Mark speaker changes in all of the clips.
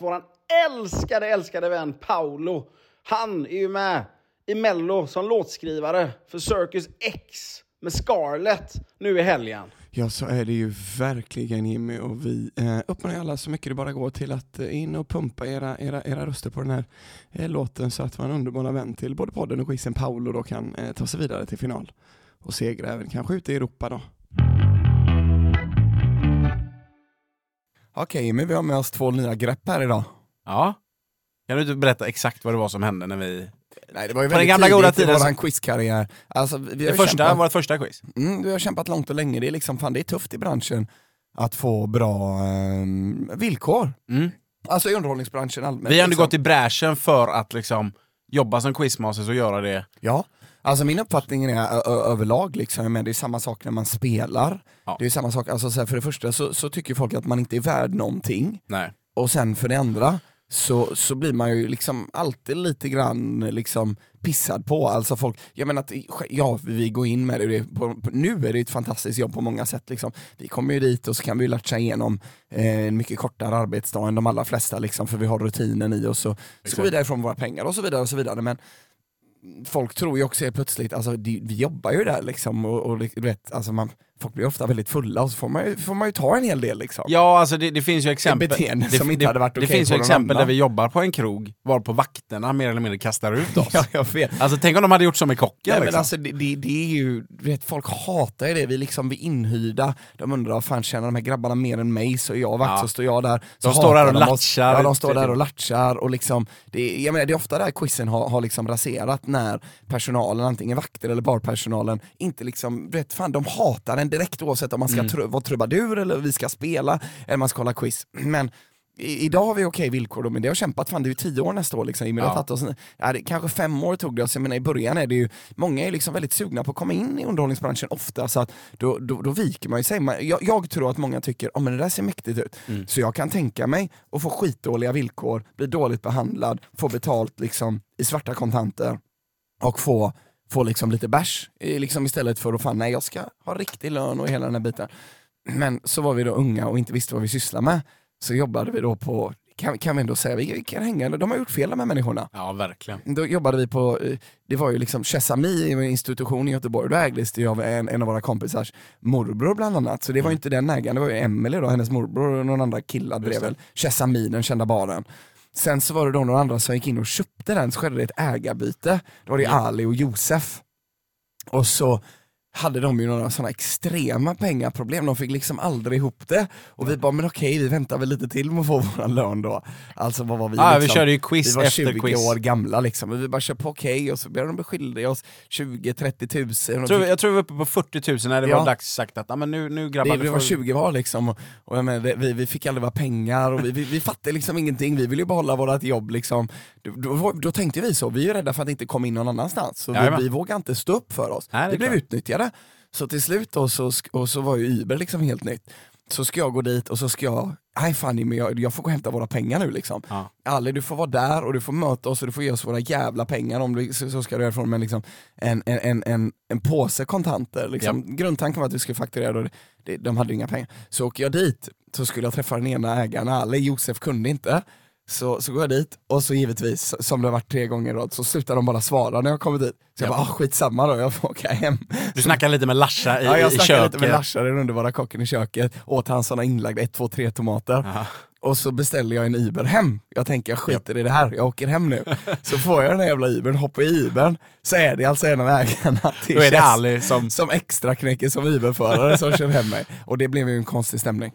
Speaker 1: våran älskade, älskade vän Paolo. Han är ju med i Mello som låtskrivare för Circus X med Scarlett nu i helgen.
Speaker 2: Ja, så är det ju verkligen Jimmy och vi eh, uppmanar ju alla så mycket det bara går till att eh, in och pumpa era, era, era röster på den här eh, låten så att vår underbara vän till både podden och quizen Paolo då kan eh, ta sig vidare till final och segra även kanske ute i Europa då. Okej Jimmy, vi har med oss två nya grepp här idag.
Speaker 3: Ja. Kan du inte berätta exakt vad det var som hände när vi...
Speaker 2: Nej, det var ju
Speaker 3: På
Speaker 2: väldigt
Speaker 3: den gamla
Speaker 2: tidigt
Speaker 3: goda
Speaker 2: i
Speaker 3: tiden
Speaker 2: våran
Speaker 3: så-
Speaker 2: quizkarriär. Alltså, vi- vi har
Speaker 3: Det
Speaker 2: ju
Speaker 3: första,
Speaker 2: kämpat-
Speaker 3: vårt första quiz.
Speaker 2: Mm, du har kämpat långt och länge, det är liksom, fan det är tufft i branschen att få bra ehm, villkor.
Speaker 3: Mm.
Speaker 2: Alltså i underhållningsbranschen allmänt.
Speaker 3: Vi har ändå
Speaker 2: liksom.
Speaker 3: gått i bräschen för att liksom jobba som quizmasters och göra det.
Speaker 2: Ja, alltså min uppfattning är ö- ö- överlag liksom, men det är samma sak när man spelar.
Speaker 3: Ja.
Speaker 2: Det är samma sak, alltså så här, för det första så, så tycker folk att man inte är värd någonting,
Speaker 3: Nej.
Speaker 2: och sen för det andra så, så blir man ju liksom alltid lite grann liksom pissad på. Alltså folk, jag menar att, ja vi går in med det, det är på, på, nu är det ett fantastiskt jobb på många sätt. Liksom. Vi kommer ju dit och så kan vi ju latcha igenom eh, en mycket kortare arbetsdag än de allra flesta liksom, för vi har rutinen i oss och så går vi därifrån med våra pengar och så vidare och så vidare. Men folk tror ju också helt plötsligt, alltså det, vi jobbar ju där liksom och, och du vet, alltså man, folk blir ofta väldigt fulla och så får man ju, får man ju ta en hel del liksom.
Speaker 3: Ja, alltså det, det finns ju exempel.
Speaker 2: beteende
Speaker 3: det,
Speaker 2: som inte
Speaker 3: det,
Speaker 2: hade varit
Speaker 3: Det
Speaker 2: okej
Speaker 3: finns
Speaker 2: på
Speaker 3: ju
Speaker 2: någon
Speaker 3: exempel
Speaker 2: annan.
Speaker 3: där vi jobbar på en krog, varpå vakterna mer eller mindre kastar ut oss.
Speaker 2: Ja, jag vet.
Speaker 3: Alltså tänk om de hade gjort som med kocken.
Speaker 2: Nej, men
Speaker 3: liksom.
Speaker 2: alltså, det, det, det är ju, du vet, folk hatar ju det, vi liksom vi är inhyrda, de undrar fan tjänar de här grabbarna mer än mig så är jag vakt
Speaker 3: Ja.
Speaker 2: så står jag där. Så
Speaker 3: De står
Speaker 2: hatar
Speaker 3: där och
Speaker 2: de oss.
Speaker 3: latchar. typ.
Speaker 2: Ja de står där och latchar och liksom, det, är- jag menar, det är ofta där quizen har, har liksom raserat när personalen, antingen vakter eller barpersonalen, inte liksom, du vet fan de hatar en direkt oavsett om man
Speaker 3: Mm.
Speaker 2: ska tru, vara trubadur eller vi ska spela eller man ska hålla quiz. Men i, idag har vi okej villkor då, men det har kämpat, fan det är ju tio år nästa år liksom, Jimmy, det har
Speaker 3: Ja.
Speaker 2: tagit oss, ja, det, kanske fem år tog det oss, jag menar i början är det ju, många är liksom väldigt sugna på att komma in i underhållningsbranschen ofta så att då, då, då viker man ju sig. Man, jag, jag tror att många tycker, oh, men det där ser mäktigt ut, så jag kan tänka mig att få skitdåliga villkor, bli dåligt behandlad, få betalt liksom i svarta kontanter och få få liksom lite bärs eh, liksom istället för att fan nej jag ska ha riktig lön och hela den här biten. Men så var vi då unga och inte visste vad vi sysslade med. Så jobbade vi då på, kan, kan vi ändå säga, vi kan hänga, de har gjort fel de här människorna.
Speaker 3: Ja, verkligen.
Speaker 2: Då jobbade vi på, eh, det var ju liksom Chesami, en institution i Göteborg, då ägdes det ju av en, en av våra kompisars morbror bland annat. Så det
Speaker 3: Mm.
Speaker 2: var ju inte den ägaren, det var ju Emelie då, hennes morbror och någon andra killar drev väl Chesami, den kända baren. Sen så var det då några andra som gick in och köpte den, så skedde det ett ägarbyte. Då var det Ali och Josef. Och så hade de ju några sådana extrema pengaproblem, de fick liksom aldrig ihop det. Och vi bara, men okej vi väntar väl lite till med att få våran lön då. Alltså vad var vi
Speaker 3: Ja, vi
Speaker 2: liksom?
Speaker 3: körde ju quiz
Speaker 2: Vi var
Speaker 3: efter
Speaker 2: 20
Speaker 3: quiz.
Speaker 2: år gamla liksom, och vi bara kör på okej och så började de bli skyldiga oss 20-30 tusen.
Speaker 3: Jag
Speaker 2: och typ
Speaker 3: tror,
Speaker 2: vi-
Speaker 3: vi- jag tror vi var uppe på 40 000 när det
Speaker 2: Ja.
Speaker 3: var dags sagt att "Ah, men nu, nu grabbar
Speaker 2: det,
Speaker 3: nu
Speaker 2: det var
Speaker 3: får vi-
Speaker 2: 20 var liksom, och, och jag menar, det, vi, vi fick aldrig våra pengar och vi, vi, vi fattade liksom ingenting, vi ville ju behålla vårt jobb liksom. Då, då, då tänkte vi så, vi är ju rädda för att inte komma in någon annanstans, så vi,
Speaker 3: Jajamän.
Speaker 2: vi vågade inte stå upp för oss.
Speaker 3: Nej, det är
Speaker 2: vi blev
Speaker 3: klart.
Speaker 2: utnyttjade. Så till slut då, så, sk- och så var ju Uber liksom helt nytt. Så ska jag gå dit och så ska jag, nej fan men jag, jag får gå och hämta våra pengar nu liksom.
Speaker 3: Ja.
Speaker 2: Ali du får vara där och du får möta oss och du får ge oss våra jävla pengar om du, så, så ska du härifrån med liksom en, en, en, en, en påse kontanter. Liksom. Grundtanken var att vi skulle fakturera och det- det, de hade ju inga pengar. Så åker jag dit, så skulle jag träffa den ena ägaren, Ali, Josef kunde inte. Så, så går jag dit och så givetvis, som det har varit tre gånger i rad, så slutar de bara svara när jag kommer dit. Så jag
Speaker 3: Ja.
Speaker 2: bara, ah, skitsamma då, jag får åka hem.
Speaker 3: Du snackade lite med Larsa i,
Speaker 2: Ja, jag
Speaker 3: i
Speaker 2: snackade lite
Speaker 3: köket.
Speaker 2: med Larsa, den underbara kocken i köket, åt han sådana inlagda 1, 2, 3 tomater.
Speaker 3: Aha.
Speaker 2: Och så beställer jag en Uber hem. Jag tänker jag skiter i det här, jag åker hem nu. Så får jag den här jävla Ubern, hoppar i Ubern, så är det alltså en av ägarna till
Speaker 3: Då är det
Speaker 2: Chess
Speaker 3: Ali som...
Speaker 2: som extra knäcker som Uberförare som kör hem mig. Och det blev ju en konstig stämning.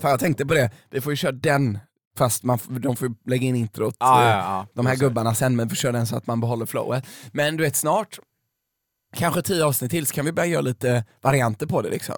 Speaker 2: Fan, jag tänkte på det, vi får ju köra den fast man, f- de får ju lägga in introt,
Speaker 3: Ja,
Speaker 2: eh,
Speaker 3: ja, ja.
Speaker 2: de här gubbarna sen, men vi får köra den så att man behåller flowet. Men du vet snart, kanske tio avsnitt till, så kan vi börja göra lite varianter på det liksom.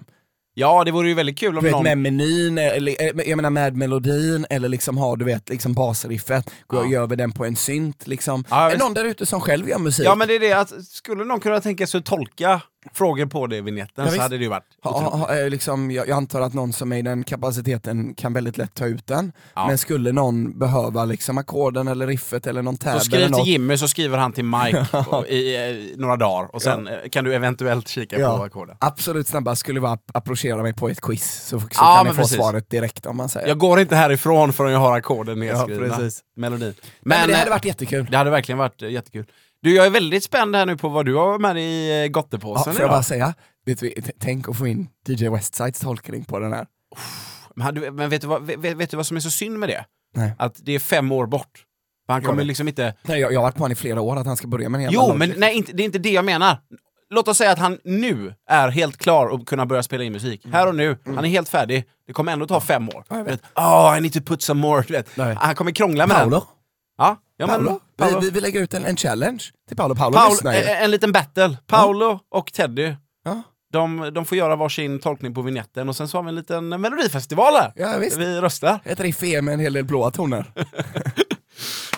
Speaker 3: Ja, det vore ju väldigt kul om
Speaker 2: Du vet
Speaker 3: någon...
Speaker 2: med menyn, eller, eh, jag menar med melodin, eller liksom har du vet liksom basriffet, går och gör vi den på en synt liksom.
Speaker 3: Ja,
Speaker 2: är
Speaker 3: visst.
Speaker 2: någon där ute som själv gör musik?
Speaker 3: Ja, men det är det att skulle någon kunna tänka sig att tolka frågor på det i vignetten
Speaker 2: Ja,
Speaker 3: så
Speaker 2: visst.
Speaker 3: hade det ju varit
Speaker 2: Ha, ha, ha, eh, liksom, jag, jag antar att någon som är i den kapaciteten kan väldigt lätt ta ut den,
Speaker 3: Ja.
Speaker 2: men skulle någon behöva liksom ackorden eller riffet eller någon tab
Speaker 3: Så skriv
Speaker 2: eller
Speaker 3: till
Speaker 2: något,
Speaker 3: Jimmy så skriver han till Mike och- i eh, några dagar och sen eh, kan du eventuellt kika på
Speaker 2: ja,
Speaker 3: ackorden.
Speaker 2: absolut snabbast skulle vara att approchera mig på ett quiz, så, så
Speaker 3: Ja,
Speaker 2: kan
Speaker 3: men
Speaker 2: jag få
Speaker 3: precis.
Speaker 2: svaret direkt om man säger.
Speaker 3: Jag går inte härifrån förrän jag har ackorden nedskrivna.
Speaker 2: precis.
Speaker 3: Melodin. Men,
Speaker 2: men, men det hade
Speaker 3: eh,
Speaker 2: varit jättekul.
Speaker 3: det hade verkligen varit eh, jättekul. Du, jag är väldigt spänd här nu på vad du har med i eh,
Speaker 2: Ja,
Speaker 3: gottepåsen
Speaker 2: får jag
Speaker 3: idag.
Speaker 2: bara säga, vet vi, t- tänk att få in DJ Westsides tolkning på den här.
Speaker 3: Men, hade- men vet, du vad, vet, vet du vad som är så synd med det?
Speaker 2: Nej.
Speaker 3: Att det är fem år bort. För han
Speaker 2: Jag
Speaker 3: kommer
Speaker 2: vet.
Speaker 3: liksom inte...
Speaker 2: Nej, jag, jag har varit på honom i flera år att han ska börja med en jävla
Speaker 3: Jo,
Speaker 2: låt.
Speaker 3: men nej, inte, det är inte det jag menar. Låt oss säga att han nu är helt klar och kunna börja spela in musik. Här och nu, han är helt färdig. Det kommer ändå ta fem år.
Speaker 2: Ja, jag vet.
Speaker 3: Oh, I need to put some more. Du vet.
Speaker 2: Nej.
Speaker 3: Han kommer krångla med den.
Speaker 2: Paolo,
Speaker 3: Ja, ja, men,
Speaker 2: Paolo.
Speaker 3: Paolo.
Speaker 2: Vi, vi, vi lägger ut en, en challenge till Paolo. Paolo,
Speaker 3: Paul-
Speaker 2: lyssnar ju.
Speaker 3: eh, en liten battle. Paolo och Teddy,
Speaker 2: Ja.
Speaker 3: de, de får göra varsin tolkning på vignetten och sen så har vi en liten melodifestival här.
Speaker 2: Ja, visst.
Speaker 3: Vi röstar.
Speaker 2: Ett riff är med en hel del blåa toner.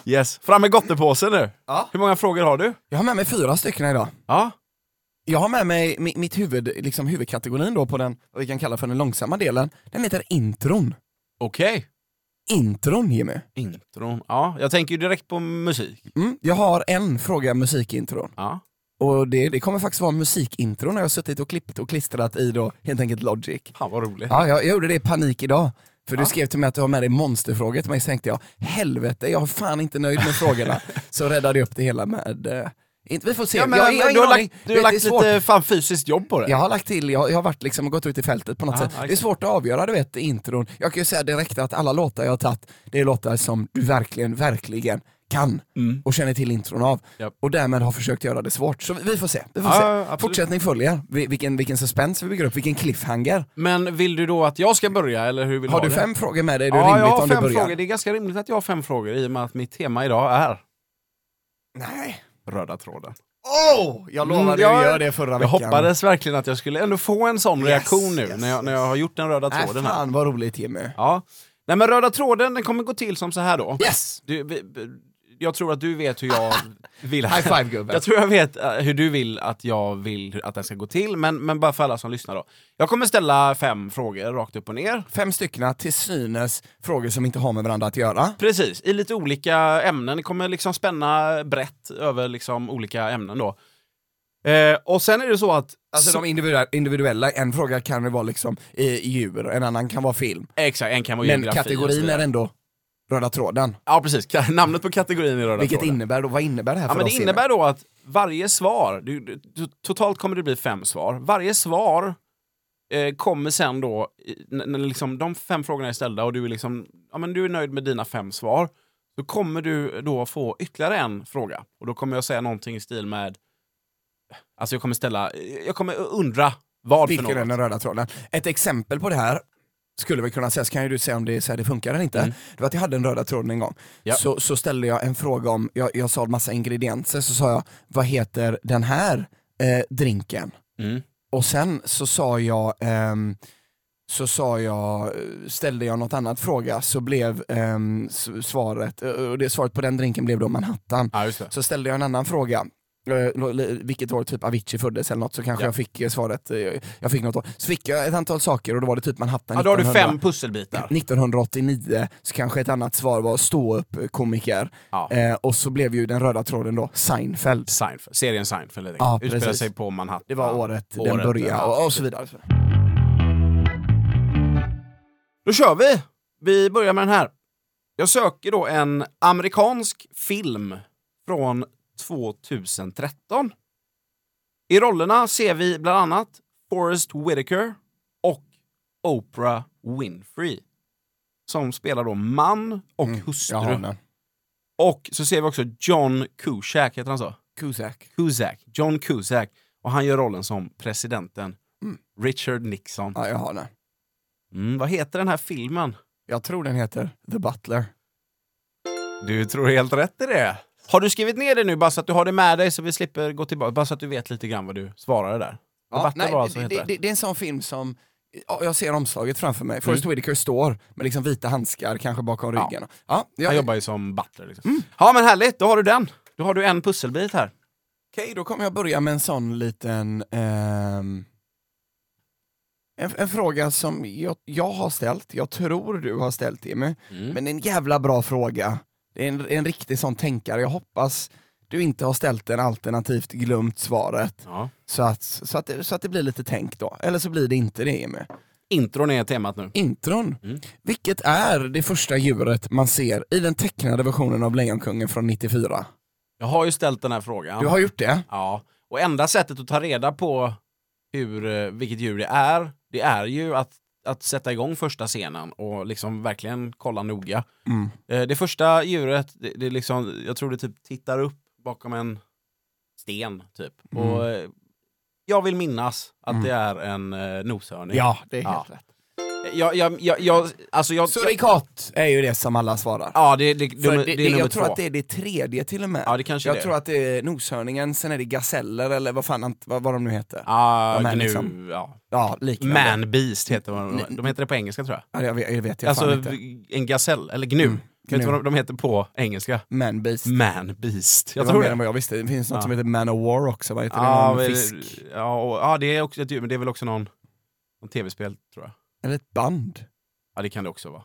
Speaker 3: Yes. Fram med gottepåsen nu.
Speaker 2: Ja.
Speaker 3: Hur många frågor har du?
Speaker 2: Jag har med mig fyra stycken idag.
Speaker 3: Ja.
Speaker 2: Jag har med mig mi- mitt huvud, liksom huvudkategorin då på den, vad vi kan kalla för den långsamma delen. Den heter intron.
Speaker 3: Okej.
Speaker 2: Intron Jimmy.
Speaker 3: Intron. Ja, jag tänker ju direkt på musik.
Speaker 2: Mm. Jag har en fråga musikintron.
Speaker 3: Ja.
Speaker 2: Och det, det kommer faktiskt vara musikintron när jag har suttit och klippt och klistrat i då helt enkelt Logic.
Speaker 3: Fan vad roligt.
Speaker 2: Ja, jag, jag gjorde det i panik idag. För du skrev till mig att du har med dig monsterfrågor till mig, så tänkte jag helvete, jag är fan inte nöjd med frågorna. så räddade jag upp det hela med... Eh, inte, vi får se.
Speaker 3: Ja, men,
Speaker 2: jag,
Speaker 3: men
Speaker 2: jag,
Speaker 3: du
Speaker 2: ingen
Speaker 3: har
Speaker 2: aning.
Speaker 3: lagt, du
Speaker 2: Det-
Speaker 3: har
Speaker 2: det är
Speaker 3: lite
Speaker 2: svårt.
Speaker 3: fan fysiskt jobb på det.
Speaker 2: Jag har lagt till, jag, jag har varit liksom, gått ut i fältet på något
Speaker 3: Ah,
Speaker 2: sätt. Det är
Speaker 3: okej.
Speaker 2: svårt att avgöra, du vet, intron. Jag kan ju säga direkt att alla låtar jag har tagit, det är låtar som du verkligen, verkligen kan
Speaker 3: Mm.
Speaker 2: och känner till intron av.
Speaker 3: Japp.
Speaker 2: Och därmed har försökt göra det svårt. Så vi, vi får se. Vi får
Speaker 3: Ja, ja,
Speaker 2: se.
Speaker 3: absolut.
Speaker 2: Fortsättning följer. Vi- Vilken, vilken suspens vi bygger upp, vilken cliffhanger.
Speaker 3: Men vill du då att jag ska börja eller hur vill
Speaker 2: Har
Speaker 3: ha
Speaker 2: du
Speaker 3: det?
Speaker 2: fem frågor med dig? Är det
Speaker 3: ja, jag
Speaker 2: rimligt
Speaker 3: har
Speaker 2: om du
Speaker 3: fem
Speaker 2: börjar?
Speaker 3: frågor. Det är ganska rimligt att jag har fem frågor i och med att mitt tema idag är
Speaker 2: Nej.
Speaker 3: röda tråden.
Speaker 2: Oh, jag lovade
Speaker 3: Mm,
Speaker 2: att
Speaker 3: jag-
Speaker 2: göra det förra
Speaker 3: Jag
Speaker 2: veckan.
Speaker 3: hoppades verkligen att jag skulle ändå få en sån
Speaker 2: Yes,
Speaker 3: reaktion nu
Speaker 2: yes,
Speaker 3: när, jag, när jag har gjort den röda
Speaker 2: Nej,
Speaker 3: tråden här.
Speaker 2: fan vad roligt Jimmy.
Speaker 3: Ja. Nej men röda tråden den kommer gå till som så här då.
Speaker 2: Yes!
Speaker 3: Du, vi- vi- jag tror att du vet hur jag vill...
Speaker 2: High five gubben.
Speaker 3: Jag tror jag vet eh, hur du vill att jag vill att den ska gå till, men, men bara för alla som lyssnar då. Jag kommer ställa fem frågor rakt upp och ner.
Speaker 2: Fem stycken till synes frågor som inte har med varandra att göra.
Speaker 3: Precis, i lite olika ämnen. Det kommer liksom spänna brett över liksom olika ämnen då. Eh, och sen är det så att...
Speaker 2: Alltså
Speaker 3: så,
Speaker 2: de individuella, individuella, en fråga kan ju vara liksom eh, djur, en annan kan vara film.
Speaker 3: Eh, exakt, en kan vara
Speaker 2: Men
Speaker 3: geografi och så
Speaker 2: kategorin
Speaker 3: vidare.
Speaker 2: är ändå röda tråden.
Speaker 3: Ja precis, Ka- namnet på kategorin är röda
Speaker 2: Vilket
Speaker 3: tråden.
Speaker 2: innebär då, vad innebär det här
Speaker 3: Ja,
Speaker 2: för
Speaker 3: men det
Speaker 2: oss? Jimmy?
Speaker 3: innebär då att varje svar, du, du, to- totalt kommer det bli fem svar, varje svar eh, kommer sen då, i- när, när liksom de fem frågorna är ställda och du är, liksom, ja, men du är nöjd med dina fem svar, då kommer du då få ytterligare en fråga. Och då kommer jag säga någonting i stil med, alltså jag kommer ställa, jag kommer undra vad för
Speaker 2: Vilken är
Speaker 3: något.
Speaker 2: den röda tråden? Ett exempel på det här skulle vi kunna säga, så kan ju du säga om det, är så här det funkar eller inte.
Speaker 3: Mm.
Speaker 2: Det var att jag hade en röda tråden en gång.
Speaker 3: Ja.
Speaker 2: Så, så ställde jag en fråga om, jag, jag sa en massa ingredienser, så sa jag vad heter den här eh, drinken?
Speaker 3: Mm.
Speaker 2: Och sen så sa jag, ehm, så sa jag, eh, ställde jag något annat fråga så blev ehm, s- svaret, eh, och det svaret på den drinken blev då Manhattan.
Speaker 3: Ja, just det.
Speaker 2: Så ställde jag en annan fråga, eh, lo- li- vilket år typ Avicii föddes eller något, så kanske
Speaker 3: Ja.
Speaker 2: jag fick eh, svaret, eh, jag fick något år. Så fick jag ett antal saker och då var det typ Manhattan
Speaker 3: Ja, då har du
Speaker 2: 1900
Speaker 3: fem pusselbitar.
Speaker 2: 1989, så kanske ett annat svar var stå upp eh, komiker.
Speaker 3: Ja.
Speaker 2: Eh, och så blev ju den röda tråden då Seinfeld.
Speaker 3: Seinfeld, serien Seinfeld, helt
Speaker 2: Ja,
Speaker 3: enkelt. utspelar
Speaker 2: precis.
Speaker 3: sig på Manhattan.
Speaker 2: Det var året,
Speaker 3: Året,
Speaker 2: den började
Speaker 3: ja.
Speaker 2: och, och så vidare.
Speaker 3: Då kör vi! Vi börjar med den här. Jag söker då en amerikansk film från 2013. I rollerna ser vi bland annat Forrest Whitaker och Oprah Winfrey som spelar då man och
Speaker 2: Mm, Jag har
Speaker 3: hustru.
Speaker 2: den.
Speaker 3: Och så ser vi också John Cusack, heter han så?
Speaker 2: Kusak.
Speaker 3: Cusack. John Cusack. Och han gör rollen som presidenten
Speaker 2: Mm.
Speaker 3: Richard Nixon.
Speaker 2: Ja, jag har den.
Speaker 3: Mm, vad heter den här filmen?
Speaker 2: Jag tror den heter The Butler.
Speaker 3: Du tror helt rätt i det. Har du skrivit ner det nu, bara så att du har det med dig så vi slipper gå tillbaka? Bara så att du vet lite grann vad du svarade där.
Speaker 2: Ja,
Speaker 3: Vatten
Speaker 2: nej,
Speaker 3: var alltså
Speaker 2: det,
Speaker 3: heter
Speaker 2: det,
Speaker 3: det.
Speaker 2: det, det är en sån film som ja, jag ser omslaget framför mig. Forrest Whitaker står med liksom vita handskar kanske bakom
Speaker 3: Ja.
Speaker 2: ryggen. Mm. Ja, jag,
Speaker 3: Han jobbar ju som butler. Liksom.
Speaker 2: Mm.
Speaker 3: Ja, men härligt. Då har du den. Då har du en pusselbit här.
Speaker 2: Okej, då kommer jag börja med en sån liten... ehm, en, en fråga som jag, jag har ställt, jag tror du har ställt Jimmy, men det är en jävla bra fråga. Det är en, en riktig sån tänkare, jag hoppas du inte har ställt den alternativt glömt svaret.
Speaker 3: Ja.
Speaker 2: Så att, så, att det, så att det blir lite tänk då, eller så blir det inte det Jimmy.
Speaker 3: Intron är temat nu.
Speaker 2: Intron,
Speaker 3: Mm.
Speaker 2: vilket är det första djuret man ser i den tecknade versionen av Lejonkungen från 94?
Speaker 3: Jag har ju ställt den här frågan.
Speaker 2: Du har gjort det?
Speaker 3: Ja. Och enda sättet att ta reda på hur, eh, vilket djur det är, det är ju att, att sätta igång första scenen och liksom verkligen kolla noga.
Speaker 2: Mm.
Speaker 3: Eh, Det första djuret, det, det är liksom, jag tror det typ tittar upp bakom en sten. typ.
Speaker 2: Mm.
Speaker 3: Och eh, jag vill minnas att
Speaker 2: Mm.
Speaker 3: det är en eh, noshörning.
Speaker 2: Ja, det är
Speaker 3: Ja.
Speaker 2: helt rätt.
Speaker 3: Jag, jag, jag, jag, alltså jag,
Speaker 2: Surikat är ju det som alla svarar.
Speaker 3: ja, det, det,
Speaker 2: För
Speaker 3: nummer- det, är nummer
Speaker 2: jag tror
Speaker 3: två.
Speaker 2: att det är det tredje till och med.
Speaker 3: Ja, det kanske är
Speaker 2: jag
Speaker 3: det.
Speaker 2: tror att det är noshörningen, sen är det gaseller eller vad fan ant- vad, vad de nu heter.
Speaker 3: Ah,
Speaker 2: de här
Speaker 3: gnu,
Speaker 2: liksom-
Speaker 3: ja.
Speaker 2: Ja, liknande.
Speaker 3: Man beast heter de. De heter det på engelska tror jag.
Speaker 2: Ja, jag, vet- jag vet jag
Speaker 3: Alltså
Speaker 2: fan inte. Mm.
Speaker 3: en gasell, eller gnu. Vet du
Speaker 2: gnu.
Speaker 3: vad de, de heter på engelska?
Speaker 2: Man beast.
Speaker 3: Man beast.
Speaker 2: Jag
Speaker 3: Jag
Speaker 2: det
Speaker 3: tror
Speaker 2: var mer än
Speaker 3: det.
Speaker 2: vad jag visste. Det finns något
Speaker 3: Ja.
Speaker 2: som heter Man of War också, vad heter
Speaker 3: Ja,
Speaker 2: det? Någon
Speaker 3: men-
Speaker 2: fisk?
Speaker 3: Ja, och, ja, det är också ett djur, men det är väl också någon, någon tv-spel tror jag.
Speaker 2: Eller ett band?
Speaker 3: Ja, det kan det också vara.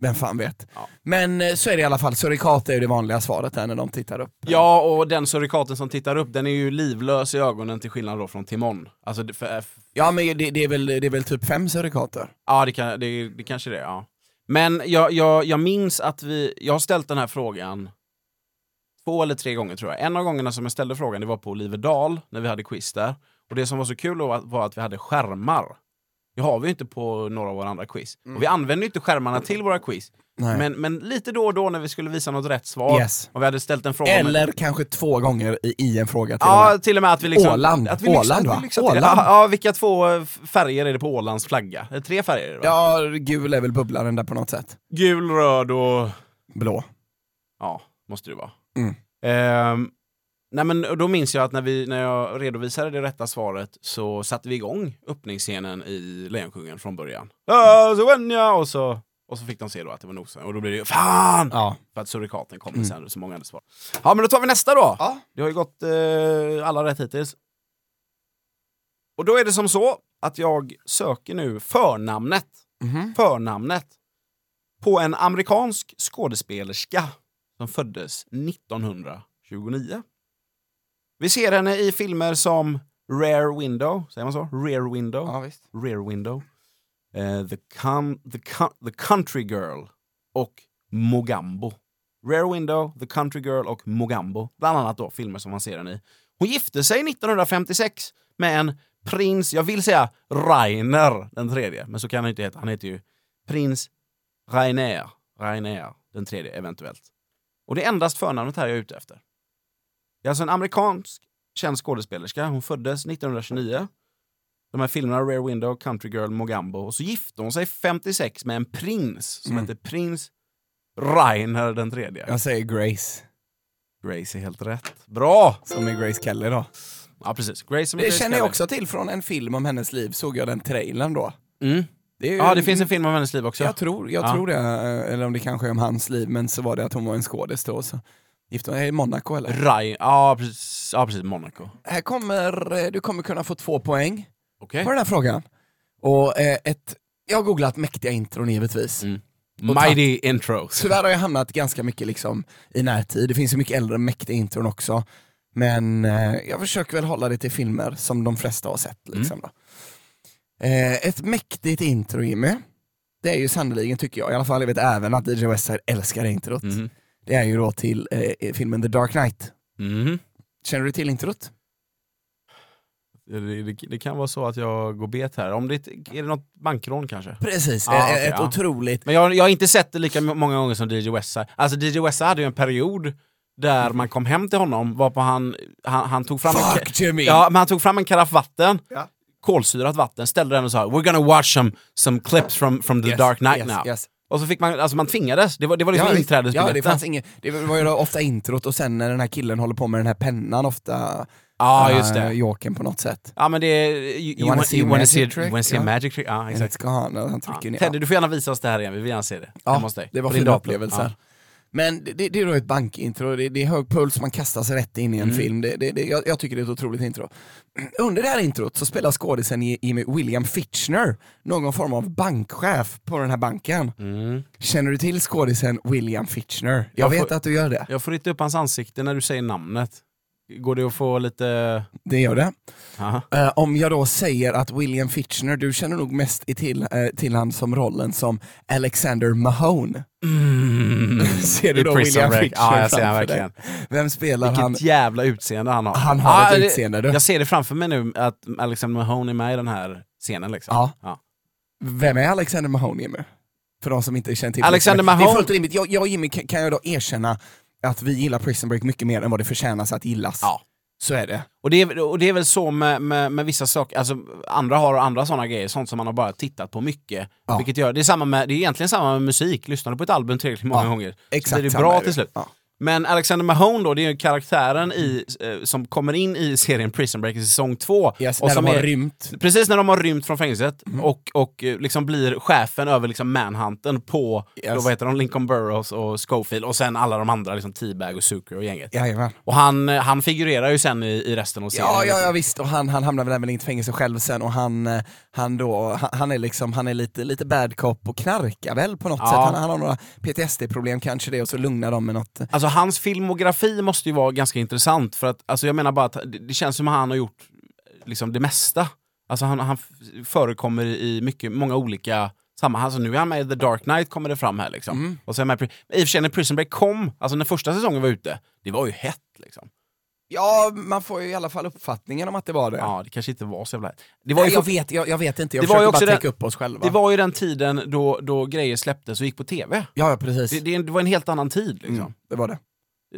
Speaker 2: Vem fan vet.
Speaker 3: Ja.
Speaker 2: Men eh, så är det i alla fall, surikat är ju det vanliga svaret där när de tittar upp.
Speaker 3: Ja, och den surikaten som tittar upp, den är ju livlös i ögonen till skillnad då från Timon. Alltså, det, för, f-
Speaker 2: ja men det, det, är väl, det är väl typ fem surikater?
Speaker 3: ja, det, kan, det, det kanske det är, ja. Men jag, jag, jag minns att vi, jag har ställt den här frågan två eller tre gånger tror jag. En av gångerna som jag ställde frågan, det var på Olivedal, när vi hade quiz där. Och det som var så kul då var- var att vi hade skärmar. Det har vi ju inte på några av våra andra quiz. Och vi använder ju inte skärmarna till våra quiz.
Speaker 2: Mm. Nej.
Speaker 3: Men, men lite då och då när vi skulle visa något rätt svar,
Speaker 2: Yes.
Speaker 3: och vi hade ställt en fråga om-
Speaker 2: Eller kanske två gånger i, i en fråga till och med.
Speaker 3: Ja, till och med att vi liksom...
Speaker 2: Åland.
Speaker 3: att vi liksom,
Speaker 2: Åland,
Speaker 3: att
Speaker 2: va?
Speaker 3: vi liksom, till-
Speaker 2: Åland.
Speaker 3: Ja, ja, vilka två eh, f- färger är det på Ålands flagga? Eh, Tre färger är det, va?
Speaker 2: Ja, gul är väl bubblaren där på något sätt.
Speaker 3: Gul, röd och...
Speaker 2: Blå.
Speaker 3: Ja, måste det vara.
Speaker 2: Mm.
Speaker 3: Ehm, nej, men då minns jag att när, vi, när jag redovisade det rätta svaret så satte vi igång öppningsscenen i Lejonkungen från början. Ja, så vänja! Och så, och så fick de se då att det var nosen. Och då blev det ju fan!
Speaker 2: Ja.
Speaker 3: För att surikaten kommer sen, så många hade svar. Ja, men då tar vi nästa då.
Speaker 2: Ja.
Speaker 3: Det har ju gått eh, alla rätt hittills. Och då är det som så att jag söker nu förnamnet, Mhm. förnamnet på en amerikansk skådespelerska som föddes 1929. Vi ser henne i filmer som Rare Window, säger man så? Rare Window?
Speaker 2: visst.
Speaker 3: Rear Window, eh, the, Con- the, Con- the Country Girl och Mogambo. Rear Window, The Country Girl och Mogambo. Bland annat då filmer som man ser den i. Hon gifte sig 1956 med en prins, jag vill säga Rainer den tredje, men så kan han inte heta. Han heter ju prins Rainer, Rainer den tredje eventuellt. Och det är endast förnamnet här jag är ute efter. Det är alltså en amerikansk känd skådespelerska. Hon föddes 1929 de här filmerna, Rare Window, Country Girl, Mogambo. Och så gifte hon sig 56 med en prins som
Speaker 2: Mm.
Speaker 3: heter prins Rainer den tredje.
Speaker 2: Jag säger Grace,
Speaker 3: Grace är helt rätt. Bra!
Speaker 2: som är Grace Kelly då.
Speaker 3: Ja, precis. Grace som är
Speaker 2: Det
Speaker 3: Grace
Speaker 2: känner jag
Speaker 3: Kelly.
Speaker 2: också till från en film om hennes liv, såg jag den trailern då.
Speaker 3: Mm.
Speaker 2: Det är ju-
Speaker 3: Ja, det finns en film om hennes liv också.
Speaker 2: Jag tror, jag
Speaker 3: Ja.
Speaker 2: tror det, eh, eller om det kanske är om hans liv, men så var det att hon var en skådis då. Så. Gifte hon sig i Monaco eller?
Speaker 3: Rai... Ja, precis. Ja, precis. Monaco.
Speaker 2: Här kommer, eh, du kommer kunna få två poäng
Speaker 3: Okej.
Speaker 2: på den här frågan. Och eh, ett, jag har googlat mäktiga intron givetvis.
Speaker 3: Mm. Mighty intros.
Speaker 2: Tyvärr har jag hamnat ganska mycket liksom i närtid, det finns ju mycket äldre mäktiga intron också. Men eh, jag försöker väl hålla det till filmer som de flesta har sett.
Speaker 3: Mm.
Speaker 2: Liksom, då. Eh, ett mäktigt intro Jimmy, det är ju sannerligen tycker jag, i alla fall jag vet även att DJ Westside älskar det introt.
Speaker 3: Mhm.
Speaker 2: Det är ju då till eh, filmen The Dark Knight.
Speaker 3: Mhm.
Speaker 2: Känner du till introt?
Speaker 3: Det, det, det kan vara så att jag går bet här. Om det, är det något bankrån kanske?
Speaker 2: Precis,
Speaker 3: Ja,
Speaker 2: eh,
Speaker 3: okej,
Speaker 2: ett
Speaker 3: ja.
Speaker 2: otroligt...
Speaker 3: Men jag, jag har inte sett det lika många gånger som DJ Wessa. Alltså DJ Wessa hade ju en period där man kom hem till honom, varpå han, han, han tog fram... en,
Speaker 2: Fuck Jimmy!
Speaker 3: ja, men han tog fram en karaff vatten,
Speaker 2: Ja.
Speaker 3: kolsyrat vatten, ställde den och sa “We're gonna watch some, some clips from, from the
Speaker 2: Yes,
Speaker 3: Dark Knight
Speaker 2: yes,
Speaker 3: now”.
Speaker 2: yes.
Speaker 3: Och så fick man, alltså man tvingades, det var, det var liksom
Speaker 2: visst.
Speaker 3: inträdesbiljetten.
Speaker 2: Ja, det fanns inget. Det var ju då ofta introt och sen när den här killen håller på med den här pennan ofta.
Speaker 3: Ja, just
Speaker 2: eh,
Speaker 3: det.
Speaker 2: Jokern på något sätt.
Speaker 3: Ja, men det är... You, you,
Speaker 2: wanna
Speaker 3: wa-
Speaker 2: see
Speaker 3: you
Speaker 2: a
Speaker 3: wanna
Speaker 2: magic
Speaker 3: see,
Speaker 2: trick?
Speaker 3: you wanna see a
Speaker 2: Ja.
Speaker 3: magic trick? Ja,
Speaker 2: Exakt.
Speaker 3: exakt.
Speaker 2: Ska han, han
Speaker 3: Ja.
Speaker 2: trycker ner.
Speaker 3: Teddy, du får gärna visa oss det här igen. Vi vill gärna se det.
Speaker 2: Ja,
Speaker 3: Hemma hos dig.
Speaker 2: det var
Speaker 3: På din
Speaker 2: fina
Speaker 3: dator.
Speaker 2: upplevelser.
Speaker 3: Ja.
Speaker 2: Men det, det, det är då ett bankintro, det, det är hög puls, man kastar sig rätt in i en
Speaker 3: Mm.
Speaker 2: film. Det, det, det, jag, jag tycker det är ett otroligt intro. Under det här introt så spelar skådisen i- i William Fitchner någon form av bankchef på den här banken. Känner du till skådisen William Fitchner? Jag,
Speaker 3: Mm. Jag
Speaker 2: vet
Speaker 3: får-
Speaker 2: att du gör det.
Speaker 3: Jag får inte upp hans ansikte när du säger namnet. Går det att få lite...
Speaker 2: Det gör det.
Speaker 3: Aha.
Speaker 2: Eh, om jag då säger att William Fitchner, du känner nog mest i till, eh, till han som rollen som Alexander Mahone. ser du
Speaker 3: Mm. I
Speaker 2: då
Speaker 3: Prison
Speaker 2: William
Speaker 3: Break.
Speaker 2: Fitchner
Speaker 3: Ja, jag ser
Speaker 2: framför
Speaker 3: han
Speaker 2: dig?
Speaker 3: verkligen.
Speaker 2: Vem spelar
Speaker 3: Vilket
Speaker 2: han?
Speaker 3: jävla utseende han har.
Speaker 2: Han har ett
Speaker 3: det-
Speaker 2: utseende, du.
Speaker 3: Jag ser det framför mig nu, att Alexander Mahone är med i den här scenen. Liksom.
Speaker 2: Ja. Vem är Alexander Mahone, Jimmy? För de som inte känner till
Speaker 3: Alexander
Speaker 2: Prison Break. Det är
Speaker 3: Mahone-
Speaker 2: fullt rimligt. Jag, jag och Jimmy, kan, kan jag då erkänna att vi gillar Prison Break mycket mer än vad det förtjänas att gillas?
Speaker 3: Ja.
Speaker 2: Så är det.
Speaker 3: Och, det är, och det är väl så med, med, med vissa saker, alltså andra har andra sådana grejer, sånt som man har bara tittat på mycket.
Speaker 2: Ja.
Speaker 3: Vilket gör, det, är samma med, det är egentligen samma med musik, lyssnar du på ett album tillräckligt många
Speaker 2: Ja,
Speaker 3: gånger så
Speaker 2: Exakt
Speaker 3: blir det
Speaker 2: samma
Speaker 3: bra
Speaker 2: är
Speaker 3: till slut.
Speaker 2: Ja.
Speaker 3: Men Alexander Mahone då, det är ju karaktären i, eh, som kommer in i serien Prison Break i säsong två.
Speaker 2: Yes,
Speaker 3: och
Speaker 2: när
Speaker 3: som
Speaker 2: de har
Speaker 3: är,
Speaker 2: rymt. Mm.
Speaker 3: precis när de har rymt från fängelset och, och eh, liksom blir chefen över liksom manhunten på då,
Speaker 2: Yes.
Speaker 3: vad heter de, Lincoln Burroughs och Schofield och sen alla de andra, liksom T-Bag och Zucker och gänget.
Speaker 2: Jajamän.
Speaker 3: Och han, eh, han figurerar ju sen i, i resten av serien.
Speaker 2: Ja, ja,
Speaker 3: liksom.
Speaker 2: ja visst, och han, han hamnar väl även i ett fängelse själv sen och han, eh, han, då, han, han är, liksom, han är lite, lite bad cop och knarkar väl på något
Speaker 3: Ja.
Speaker 2: sätt. Han, han har några PTSD-problem kanske det och så lugnar de med något.
Speaker 3: Alltså hans filmografi måste ju vara ganska intressant för att alltså, jag menar bara att det, det känns som att han har gjort liksom det mesta. Alltså han, han f- förekommer i mycket, många olika sammanhang. Alltså, nu är han med i The Dark Knight kommer det fram här liksom.
Speaker 2: Mm.
Speaker 3: Och så är han med, i Pri- i och för sig när Prison Break kom, alltså när första säsongen var ute, det var ju hett liksom.
Speaker 2: Ja, man får ju i alla fall uppfattningen om att det var det.
Speaker 3: Ja, det kanske inte var så jävla hett. Det
Speaker 2: Det var
Speaker 3: var ju
Speaker 2: jag, vet, jag, jag vet inte, jag
Speaker 3: Det var
Speaker 2: försöker
Speaker 3: ju
Speaker 2: bara
Speaker 3: också
Speaker 2: täcka
Speaker 3: den-
Speaker 2: upp oss själva.
Speaker 3: Det var ju den tiden då, då grejer släpptes och gick på tv.
Speaker 2: Ja, ja, precis.
Speaker 3: Det, det, det var en helt annan tid liksom.
Speaker 2: Mm, det var det.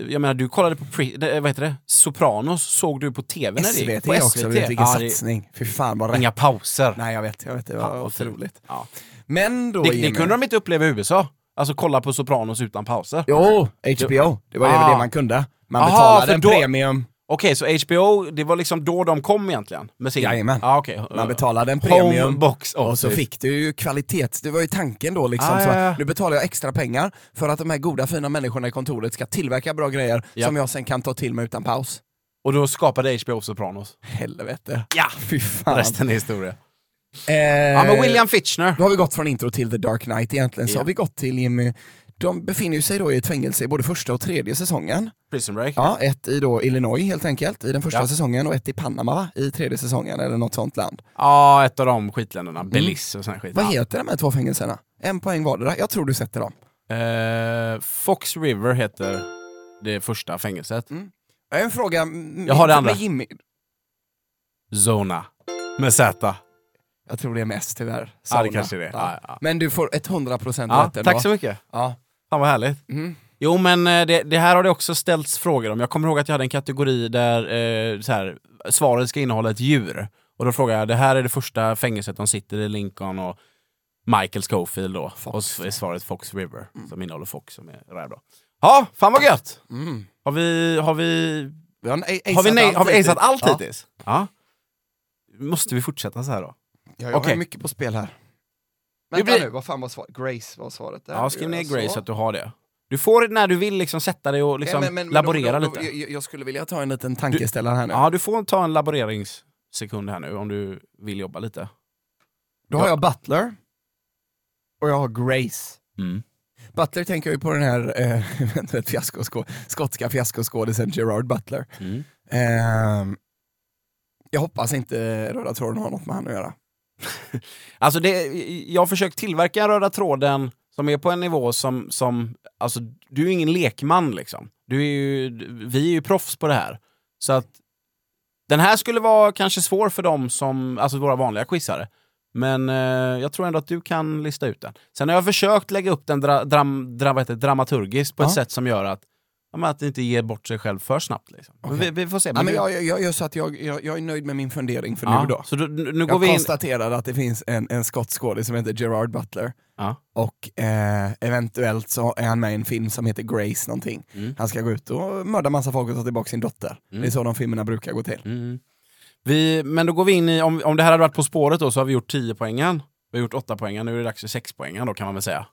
Speaker 3: Jag menar, du kollade på pre, eh, vad heter det? Sopranos, såg du på tv när det gick?
Speaker 2: SVT
Speaker 3: På
Speaker 2: också, vet, vilken
Speaker 3: Ja, det-
Speaker 2: satsning. Fy fan vad rätt.
Speaker 3: Inga pauser.
Speaker 2: Nej jag vet, jag vet, det var
Speaker 3: Fan, vad fint.
Speaker 2: otroligt.
Speaker 3: Ja.
Speaker 2: Men då
Speaker 3: Det, det
Speaker 2: Jimmy-
Speaker 3: kunde de inte uppleva i USA. Alltså kolla på Sopranos utan pauser. Okej,
Speaker 2: Jo, HBO. Det var
Speaker 3: Ah.
Speaker 2: det, det man kunde. Man
Speaker 3: Aha,
Speaker 2: betalade
Speaker 3: för
Speaker 2: en
Speaker 3: då-
Speaker 2: premium.
Speaker 3: så HBO, det var liksom då de kom egentligen? Med sin...
Speaker 2: Jajamän.
Speaker 3: Ah, okay.
Speaker 2: Man betalade en
Speaker 3: Home
Speaker 2: premium.
Speaker 3: box office.
Speaker 2: Och så fick du ju kvalitets... Det var ju tanken då liksom.
Speaker 3: Ah,
Speaker 2: så,
Speaker 3: ja, ja.
Speaker 2: Nu betalar jag extra pengar för att de här goda fina människorna i kontoret ska tillverka bra grejer
Speaker 3: Ja.
Speaker 2: som jag sen kan ta till mig utan paus.
Speaker 3: Och då skapade HBO Sopranos.
Speaker 2: Helvete.
Speaker 3: Ja,
Speaker 2: Fy fan.
Speaker 3: resten är historia.
Speaker 2: Eh,
Speaker 3: Ja, men William Fitchner.
Speaker 2: Då har vi gått från intro till The Dark Knight egentligen, så
Speaker 3: Ja.
Speaker 2: har vi gått till Jimmy. De befinner ju sig då i ett fängelse i både första och tredje säsongen.
Speaker 3: Prison Break.
Speaker 2: Ja, ett i då Illinois helt enkelt, i den första
Speaker 3: Ja.
Speaker 2: säsongen, och ett i Panama va? i tredje säsongen, eller något sånt land.
Speaker 3: Ja, ett av de skitländerna. Belize och sån här skit.
Speaker 2: Mm. Vad heter de här två fängelserna? En poäng vardera, jag tror du sätter dem.
Speaker 3: Eh, Fox River heter det första fängelset.
Speaker 2: Jag har en fråga mm,
Speaker 3: Jag har det
Speaker 2: med
Speaker 3: andra.
Speaker 2: Jimmy.
Speaker 3: Zona. Med Z.
Speaker 2: Jag tror det är mest tyvärr.
Speaker 3: Ja, det
Speaker 2: Sauna.
Speaker 3: kanske är det. Ja, ja.
Speaker 2: Men du får 100%
Speaker 3: Ja,
Speaker 2: rätt ändå.
Speaker 3: tack så mycket.
Speaker 2: Ja.
Speaker 3: Fan vad härligt.
Speaker 2: Mm.
Speaker 3: Jo, men eh, det, det här har det också ställts frågor om. Jag kommer ihåg att jag hade en kategori där eh, så här, svaret ska innehålla ett djur. Och då frågade jag, det här är det första fängelset de sitter i, Lincoln och Michael Schofield då. Och så är svaret Fox River, som innehåller Fox som är räv då. Ja, fan vad gött!
Speaker 2: Mm.
Speaker 3: Har vi, har vi,
Speaker 2: Vi har, en- a-
Speaker 3: har vi, nej,
Speaker 2: allt
Speaker 3: har vi
Speaker 2: hittills.
Speaker 3: aceat allt
Speaker 2: Ja.
Speaker 3: hittills? Ja. Måste vi fortsätta så här då?
Speaker 2: Ja, jag har
Speaker 3: Okej.
Speaker 2: mycket på spel här.
Speaker 3: Vi
Speaker 2: Vänta
Speaker 3: blir-
Speaker 2: nu, vad fan var svaret? Grace var svaret. Där.
Speaker 3: Ja, skriv ner
Speaker 2: Så.
Speaker 3: Grace så att du har det. Du får när du vill liksom sätta dig och liksom
Speaker 2: Nej, men- men- men
Speaker 3: laborera
Speaker 2: då- då-
Speaker 3: lite.
Speaker 2: Jag, jag skulle vilja ta en liten tankeställare här nu.
Speaker 3: Ja, du får ta en laboreringssekund här nu om du vill jobba lite.
Speaker 2: Då har jag Butler och jag har Grace. Butler tänker jag ju på den här eh, eventuellt fiaskoskå- skotska fiaskoskådisen Gerard Butler.
Speaker 3: Mm.
Speaker 2: Ehm, jag hoppas inte Röda tråden har något med han att göra.
Speaker 3: Alltså det, jag har försökt tillverka en röda tråden som är på en nivå som... som alltså, du är ju ingen lekman liksom. Du är ju, vi är ju proffs på det här. Så att den här skulle vara kanske svår för dem som, alltså våra vanliga quizare. Men eh, jag tror ändå att du kan lista ut den. Sen har jag försökt lägga upp den dra, dram, dra, vad heter, det, dramaturgiskt på
Speaker 2: Ja.
Speaker 3: ett sätt som gör att Ja, men att inte ge bort sig själv för snabbt. Liksom. Men Vi, vi får se.
Speaker 2: Ja, men
Speaker 3: du-
Speaker 2: jag, jag, jag gör så att jag, jag, jag är nöjd med min fundering för
Speaker 3: Ja,
Speaker 2: nu då.
Speaker 3: Så då, nu nu går
Speaker 2: Jag
Speaker 3: vi in...
Speaker 2: konstaterar att det finns en, en skottskådis som heter Gerard Butler
Speaker 3: Ja.
Speaker 2: och eh, eventuellt så är han med i en film som heter Grace någonting.
Speaker 3: Mm.
Speaker 2: Han ska gå ut och mörda massa folk och ta tillbaka sin dotter. Det är så de filmerna brukar gå till.
Speaker 3: Mm. Vi, men då går vi in i, om, om det här hade varit På spåret då så har vi gjort 10 poängen. Vi har gjort 8 poängen, nu är det dags för 6 poängen då kan man väl säga.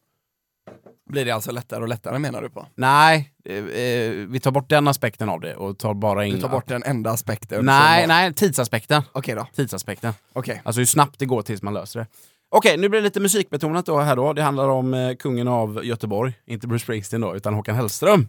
Speaker 2: Blir det alltså lättare och lättare menar du på?
Speaker 3: Nej, eh, eh, vi tar bort den aspekten av det och tar bara in...
Speaker 2: Du tar bort den enda aspekten?
Speaker 3: Nej,
Speaker 2: som-
Speaker 3: nej, tidsaspekten.
Speaker 2: Okej då.
Speaker 3: Tidsaspekten.
Speaker 2: Okej.
Speaker 3: Alltså hur snabbt det går tills man löser det. Okej, nu blir det lite musikbetonat då här då. Det handlar om eh, kungen av Göteborg. Inte Bruce Springsteen då, utan Håkan Hellström.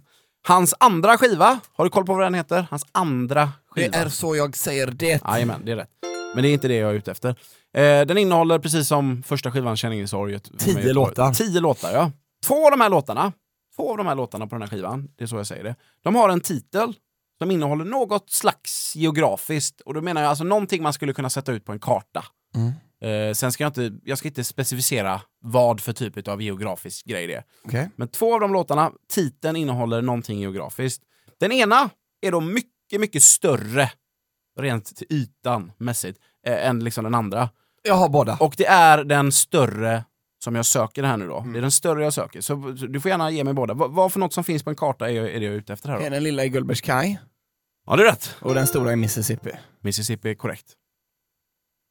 Speaker 3: Hans andra skiva, har du koll på vad den heter? Hans andra skiva.
Speaker 2: Det är så jag säger det.
Speaker 3: Jajamän, det är rätt. Men det är inte det jag är ute efter. Eh, den innehåller, precis som första skivan Känn ingen sorg, ett-
Speaker 2: Tio
Speaker 3: med-
Speaker 2: låtar.
Speaker 3: Tio låtar, ja. Två av de här låtarna, två av de här låtarna på den här skivan, det är så jag säger det, de har en titel som innehåller något slags geografiskt, och då menar jag alltså någonting man skulle kunna sätta ut på en karta.
Speaker 2: Mm.
Speaker 3: Eh, sen ska jag inte, jag ska inte specificera vad för typ av geografisk grej det är.
Speaker 2: Okej.
Speaker 3: Men två av de låtarna, titeln innehåller någonting geografiskt. Den ena är då mycket, mycket större rent till ytan mässigt eh, än liksom den andra.
Speaker 2: Jag har båda.
Speaker 3: Och det är den större som jag söker här nu då. Det är den större jag söker. Så så du får gärna ge mig båda. Vad- vad för något som finns på en karta är, jag- är det jag är ute efter här då?
Speaker 2: Den lilla är Gullbergskaj
Speaker 3: Ja, det är rätt.
Speaker 2: och den stora är Mississippi.
Speaker 3: Mississippi är korrekt.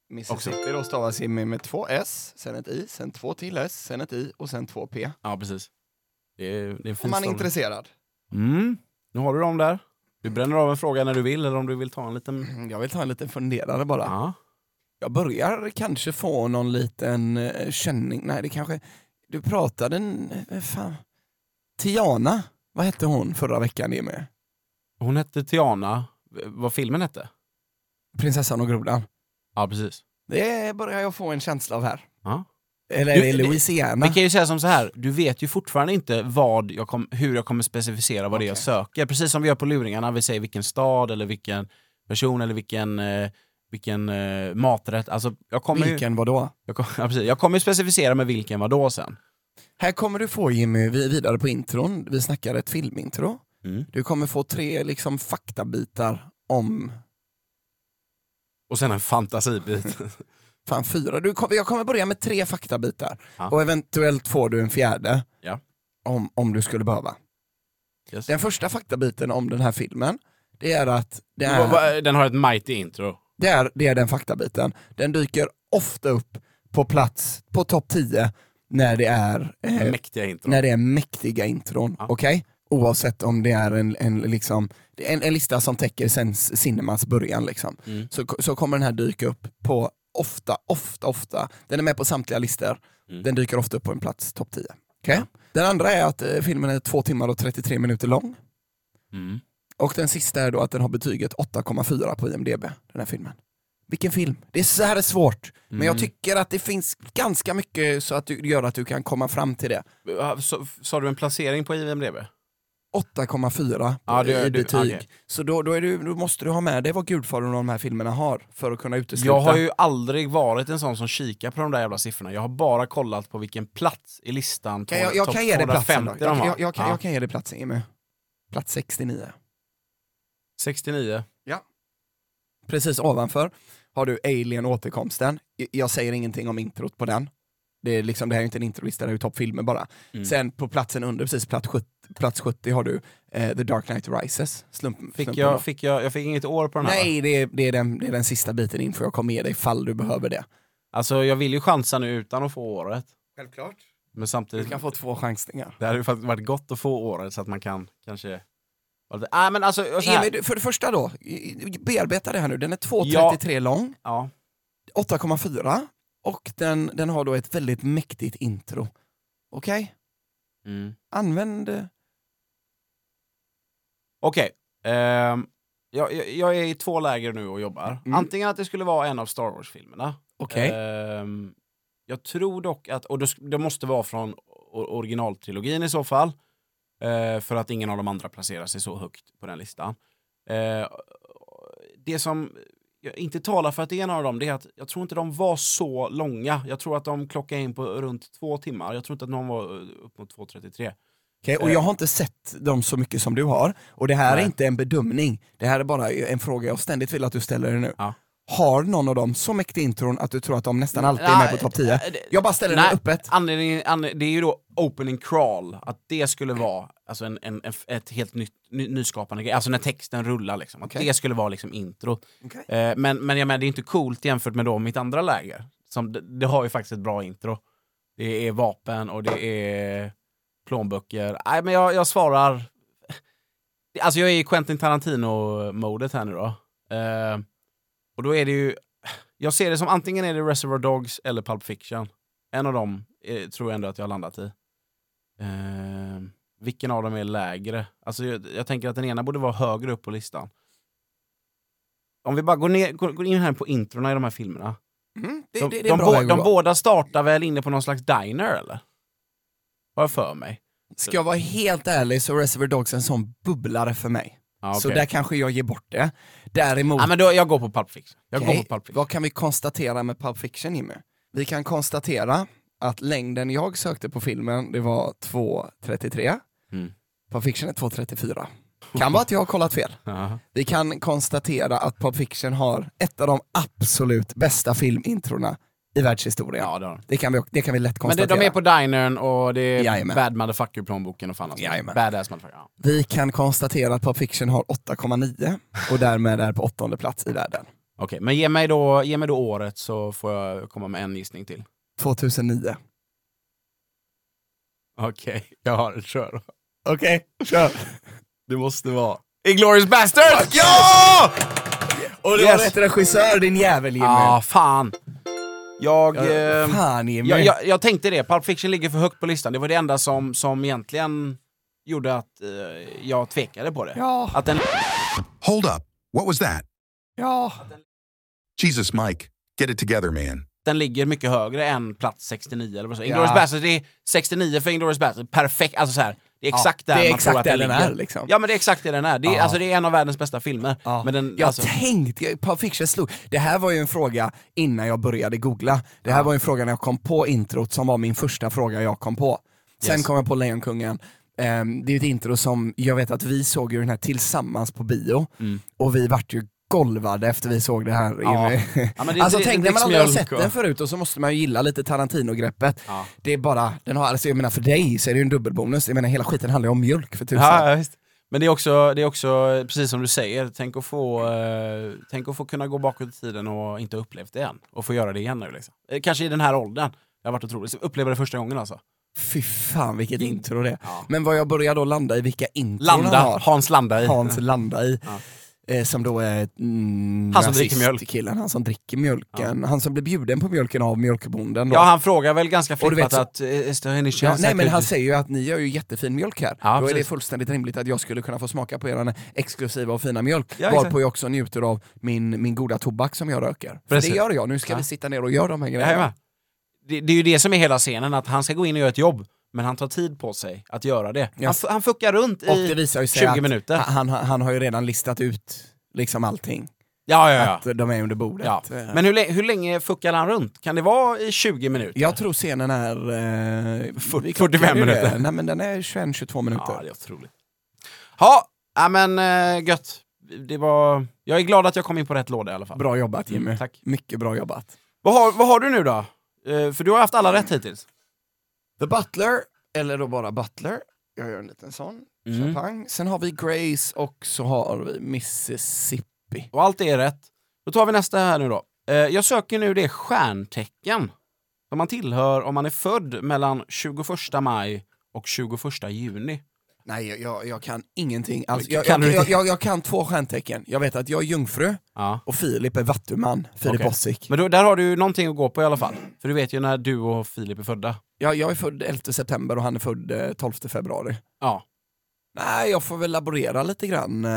Speaker 2: Mississippi då stavas Jimmy med två S, sen ett I, sen två till S, sen ett I och sen två P.
Speaker 3: Ja, precis. Det är, det är en fin
Speaker 2: Om man är
Speaker 3: stavning.
Speaker 2: intresserad.
Speaker 3: Mm. Nu har du dem där. Du bränner av en fråga när du vill eller om du vill ta en liten...
Speaker 2: Jag vill ta en liten funderare bara.
Speaker 3: Ja.
Speaker 2: Jag börjar kanske få någon liten eh, känning, nej det kanske, du pratade, en- eh, fan, Tiana, vad hette hon förra veckan Jimmy?
Speaker 3: Hon hette Tiana. V- Vad filmen hette?
Speaker 2: Prinsessan och grodan.
Speaker 3: Ja, precis.
Speaker 2: Det börjar jag få en känsla av här.
Speaker 3: Ja.
Speaker 2: Eller är det
Speaker 3: Du, det-
Speaker 2: Louisiana?
Speaker 3: Vi kan ju säga som så här, du vet ju fortfarande inte vad jag kom, hur jag kommer specificera vad det är jag
Speaker 2: Okej.
Speaker 3: söker. Precis som vi gör på luringarna, vi säger vilken stad eller vilken person eller vilken, eh, vilken eh, maträtt. Alltså, jag kommer ju
Speaker 2: Vilken vadå?
Speaker 3: jag kom, ja, precis. jag kommer ju specificera med vilken vadå sen.
Speaker 2: Här kommer du få Jimmy, vi är vidare på intron, vi snackar ett filmintro.
Speaker 3: Mm.
Speaker 2: Du kommer få tre liksom faktabitar om,
Speaker 3: Och sen en fantasibit.
Speaker 2: fan fyra, du kom, jag kommer börja med tre faktabitar.
Speaker 3: Ja.
Speaker 2: Och eventuellt får du en fjärde.
Speaker 3: Ja.
Speaker 2: Om, om du skulle behöva.
Speaker 3: Yes.
Speaker 2: Den första faktabiten om den här filmen, det är att det
Speaker 3: Va-
Speaker 2: är,
Speaker 3: va- Den har ett mighty intro.
Speaker 2: det är, det är den faktabiten. Den dyker ofta upp på plats, på topp 10, när det är eh,
Speaker 3: Mäktiga intro.
Speaker 2: när det är mäktiga intron,
Speaker 3: Ja.
Speaker 2: okej? Oavsett om det är en, en, liksom, det är en, en lista som täcker sen cinemas början, liksom.
Speaker 3: Mm.
Speaker 2: så, ko- så kommer den här dyka upp på ofta, ofta, ofta. Den är med på samtliga listor.
Speaker 3: Mm.
Speaker 2: Den dyker ofta upp på en plats topp 10. Okej? Den andra är att eh, filmen är 2 timmar och 33 minuter lång.
Speaker 3: Mm.
Speaker 2: Och den sista är då att den har betyget 8,4 på IMDB, den här filmen. Vilken film? Det är så här är svårt, men jag
Speaker 3: Mm.
Speaker 2: tycker att det finns ganska mycket så att du gör att du kan komma fram till det.
Speaker 3: Ja, så- Sa du en placering på IMDB?
Speaker 2: 8,4
Speaker 3: Ja, det-
Speaker 2: i
Speaker 3: det-
Speaker 2: betyg.
Speaker 3: okej.
Speaker 2: Så då, då, är du, då måste du ha med dig vad Gudfadern och de här filmerna har för att kunna utesluta.
Speaker 3: Jag har ju aldrig varit en sån som kikar på de där jävla siffrorna. Jag har bara kollat på vilken plats i listan
Speaker 2: kan jag, jag
Speaker 3: topp
Speaker 2: kan ge dig platsen då.
Speaker 3: 250
Speaker 2: Jag,
Speaker 3: de har.
Speaker 2: jag, jag, kan,
Speaker 3: Ja.
Speaker 2: jag kan ge dig platsen Jimmy. Plats 69.
Speaker 3: 69.
Speaker 2: Precis ovanför har du Alien återkomsten. Jag- Jag säger ingenting om introt på den. Det, är liksom, det här är inte en introlista, det är ju toppfilmer bara.
Speaker 3: Mm.
Speaker 2: Sen på platsen under, precis plats 70, plats 70 har du eh, The Dark Knight Rises. Slump,
Speaker 3: Fick
Speaker 2: slumpen då.
Speaker 3: jag, fick jag, jag fick inget år på den här va?
Speaker 2: Nej, det är, det, är den, det är den sista biten inför jag kommer ge dig ifall du behöver det.
Speaker 3: Alltså jag vill ju chansa nu utan att få året.
Speaker 2: Självklart.
Speaker 3: Men
Speaker 2: Du
Speaker 3: samtidigt,
Speaker 2: kan få två chansningar.
Speaker 3: det hade ju faktiskt varit gott att få året så att man kan kanske... Nej men alltså, jag- så här.
Speaker 2: Emil, du- för det första då, i- i- bearbeta det här nu. Den är 2,33 lång,
Speaker 3: Ja.
Speaker 2: 8,4 och den, den har då ett väldigt mäktigt intro. Okej?
Speaker 3: Mm.
Speaker 2: Använd... eh,
Speaker 3: Okej. ehm, jag, jag, jag är i två läger nu och jobbar.
Speaker 2: Mm.
Speaker 3: Antingen att det skulle vara en av Star Wars-filmerna.
Speaker 2: Okej.
Speaker 3: Ehm, jag tror dock att, och det, sk- det måste vara från o- originaltrilogin i så fall. Eh, för att ingen av de andra placerar sig så högt på den listan. Eh, det som jag inte talar för att det är en av dem, det är att jag tror inte de var så långa. Jag tror att de klockade in på runt två timmar. Jag tror inte att någon var eh, upp mot 2.33.
Speaker 2: Okej, och jag har inte sett dem så mycket som du har, och det här är inte en bedömning, det här är bara en fråga jag ständigt vill att du ställer dig nu.
Speaker 3: Ja.
Speaker 2: Har någon av dem så mäktig intron att du tror att de nästan alltid är med på topp 10?
Speaker 3: Nej, det-
Speaker 2: Jag bara ställer den öppet.
Speaker 3: Anledningen, anle- det är ju då opening crawl, att det skulle vara alltså en, en, en, ett helt nytt, ny, nyskapande grej, alltså när texten rullar. Liksom, att
Speaker 2: Okej.
Speaker 3: Det skulle vara liksom intro.
Speaker 2: Okej.
Speaker 3: Eh, men men jag menar, det är inte coolt jämfört med då mitt andra läger. Som, det, det har ju faktiskt ett bra intro. Det är vapen och det är plånböcker. Nej, men jag, jag svarar... Alltså jag är i Quentin Tarantino-modet här nu då. Eh, och då är det ju... Jag ser det som antingen är det Reservoir Dogs eller Pulp Fiction. En av dem eh, tror jag ändå att jag har landat i. Eh, vilken av dem är lägre? Alltså jag, jag tänker att den ena borde vara högre upp på listan. Om vi bara går, ner, går, går in här på introna i de här filmerna.
Speaker 2: Mm, det, det,
Speaker 3: De,
Speaker 2: det är
Speaker 3: de,
Speaker 2: en bra
Speaker 3: bå-
Speaker 2: väg att
Speaker 3: de
Speaker 2: gå.
Speaker 3: båda startar väl inne på någon slags diner eller? Har jag för mig.
Speaker 2: Ska jag vara helt ärlig så är Reservoir Dogs en sån bubblare för mig.
Speaker 3: Ja,
Speaker 2: Så
Speaker 3: okej.
Speaker 2: där kanske jag ger bort det. Däremot,
Speaker 3: Ja, men då, jag går på Pulp Fiction. Jag
Speaker 2: okej,
Speaker 3: går på Pulp Fiction.
Speaker 2: vad kan vi konstatera med Pulp Fiction Jimmy? Vi kan konstatera att längden jag sökte på filmen, det var 2.33.
Speaker 3: Mm.
Speaker 2: Pulp Fiction är 2.34. Kan vara att jag har kollat fel.
Speaker 3: Ja.
Speaker 2: Vi kan konstatera att Pulp Fiction har ett av de absolut bästa filmintrona i världshistorien.
Speaker 3: Ja, det har de.
Speaker 2: Det, kan vi, det kan vi lätt
Speaker 3: Men det,
Speaker 2: konstatera.
Speaker 3: de är på dinern och det är
Speaker 2: Jajamän.
Speaker 3: bad motherfucker-plånboken och fan alltså.
Speaker 2: Jajamän.
Speaker 3: Badass motherfucker. Ja.
Speaker 2: Vi kan konstatera att Pulp Fiction har 8,9 och därmed är på åttonde plats i världen.
Speaker 3: Okej, men ge mig, då, ge mig då året så får jag komma med en gissning till.
Speaker 2: 2009.
Speaker 3: Okej, jag har det. Kör då.
Speaker 2: Okej, kör!
Speaker 3: Det måste vara... Inglourious Basterds!
Speaker 2: Ja! Och du
Speaker 3: Yes.
Speaker 2: har rätt regissör din jävel Jimmy.
Speaker 3: Ja, ah, fan. Jag,
Speaker 2: Ja,
Speaker 3: eh,
Speaker 2: Fan Jimmy.
Speaker 3: jag, jag, jag tänkte det, Pulp Fiction ligger för högt på listan. Det var det enda som, som egentligen gjorde att eh, jag tvekade på det.
Speaker 2: Ja,
Speaker 3: Att den...
Speaker 4: Hold up. What was that?
Speaker 2: ja.
Speaker 4: Jesus, Mike. Get it together, man.
Speaker 3: den ligger mycket högre än plats 69 eller vad så.
Speaker 2: Ja.
Speaker 3: Inglourious Basterds, det är 69 för Inglourious Basterds, perfekt, alltså så här, det är
Speaker 2: Ja,
Speaker 3: exakt där
Speaker 2: det är
Speaker 3: man
Speaker 2: exakt
Speaker 3: tror att den
Speaker 2: där den
Speaker 3: ligger.
Speaker 2: är, liksom.
Speaker 3: Ja men det är exakt det den är. Det är,
Speaker 2: Ja.
Speaker 3: alltså, det är en av världens bästa filmer.
Speaker 2: Ja.
Speaker 3: Men den,
Speaker 2: jag
Speaker 3: alltså,
Speaker 2: tänkte, jag- Pulp Fiction slog. Det här var ju en fråga innan jag började googla. Det här var ju en fråga när jag kom på introt som var min första fråga jag kom på. Sen
Speaker 3: Yes.
Speaker 2: kom jag på Lejonkungen. Ehm, det är ju ett intro som, jag vet att vi såg ju den här tillsammans på bio och vi vart ju golvade efter vi såg det här.
Speaker 3: Mm. Ja.
Speaker 2: Jimmy.
Speaker 3: Ja, men det-
Speaker 2: alltså
Speaker 3: det-
Speaker 2: tänk
Speaker 3: det
Speaker 2: när man aldrig har sett
Speaker 3: dricksmjölk och-
Speaker 2: den förut och så måste man ju gilla lite Tarantino-greppet.
Speaker 3: Ja.
Speaker 2: Det är bara, den har, alltså jag menar för dig så är det ju en dubbelbonus. Jag menar hela skiten handlar ju om mjölk för tusan.
Speaker 3: ja, ja, visst. Men det är, också, det är också, precis som du säger, tänk att, få, eh, tänk att få kunna gå bakåt i tiden och inte ha upplevt det än. Och få göra det igen nu liksom. Eh, Kanske i den här åldern. Det har varit otroligt. Uppleva det första gången alltså.
Speaker 2: Fy fan vilket intro det är.
Speaker 3: Ja.
Speaker 2: Men vad jag börjar då landa i, vilka intron
Speaker 3: Landa,
Speaker 2: han har.
Speaker 3: Hans landa i.
Speaker 2: Hans landa i.
Speaker 3: Ja.
Speaker 2: Eh, som då är mm,
Speaker 3: Han som dricker
Speaker 2: nazist-
Speaker 3: mjölk.
Speaker 2: Killen, han som dricker mjölken. Han som blir bjuden på mjölken av mjölkbonden. Då.
Speaker 3: Ja, han frågar väl ganska
Speaker 2: Och du vet
Speaker 3: flippat
Speaker 2: så-
Speaker 3: att... eh, Is there any
Speaker 2: Ja,
Speaker 3: chance
Speaker 2: nej
Speaker 3: I
Speaker 2: men
Speaker 3: could-
Speaker 2: han säger ju att ni gör ju jättefin mjölk här.
Speaker 3: Ja,
Speaker 2: då är det
Speaker 3: precis.
Speaker 2: fullständigt rimligt att jag skulle kunna få smaka på er exklusiva och fina mjölk.
Speaker 3: Ja, exakt.
Speaker 2: varpå jag också njuter av min, min goda tobak som jag röker. För det
Speaker 3: Precis.
Speaker 2: gör jag, nu ska
Speaker 3: Ja.
Speaker 2: vi sitta ner och göra de här grejerna.
Speaker 3: Jajamän. Det, det är ju det som är hela scenen, att han ska gå in och göra ett jobb, men han tar tid på sig att göra det. Han,
Speaker 2: Yes.
Speaker 3: f- han fuckar runt
Speaker 2: och det
Speaker 3: i...
Speaker 2: visar ju sig
Speaker 3: 20
Speaker 2: att
Speaker 3: minuter.
Speaker 2: Han, han, han har ju redan listat ut liksom allting.
Speaker 3: Ja, ja, ja.
Speaker 2: att de är under bordet.
Speaker 3: ja.
Speaker 2: Eh,
Speaker 3: Men hur, lä- hur länge fuckar han runt? Kan det vara i 20 minuter?
Speaker 2: jag tror scenen är... Eh,
Speaker 3: 40,
Speaker 2: vi klockar
Speaker 3: 45
Speaker 2: ju det.
Speaker 3: minuter.
Speaker 2: Nej men den är 21-22 minuter.
Speaker 3: Ja, det är otroligt. Ja, ja, men eh, gött. Det var... Jag är glad att jag kom in på rätt låda i alla fall.
Speaker 2: Bra jobbat Jimmy.
Speaker 3: Mm, tack.
Speaker 2: Mycket bra jobbat.
Speaker 3: Vad, har, vad har du nu då? Eh, för du har haft alla rätt hittills.
Speaker 2: The Butler, eller då bara Butler. Jag gör en liten sån. Champagne. Sen har vi Grace och så har vi Mississippi.
Speaker 3: Och allt är rätt. Då tar vi nästa här nu då. Eh, jag söker nu det stjärntecken som man tillhör om man är född mellan 21 maj och 21 juni.
Speaker 2: Nej, jag- jag, jag kan ingenting. Alltså,
Speaker 3: Kan
Speaker 2: jag, jag,
Speaker 3: du inte?
Speaker 2: jag, jag, jag kan två stjärntecken. Jag vet att jag är jungfru
Speaker 3: Ja.
Speaker 2: och Filip är vattuman. Filip
Speaker 3: Okej.
Speaker 2: Ossik.
Speaker 3: Men då, där har du ju någonting att gå på i alla fall. För du vet ju när du och Filip är födda.
Speaker 2: Jag, jag är född 11 september och han är född eh, 12 februari.
Speaker 3: Ja.
Speaker 2: Nej, jag får väl laborera lite grann. Eh,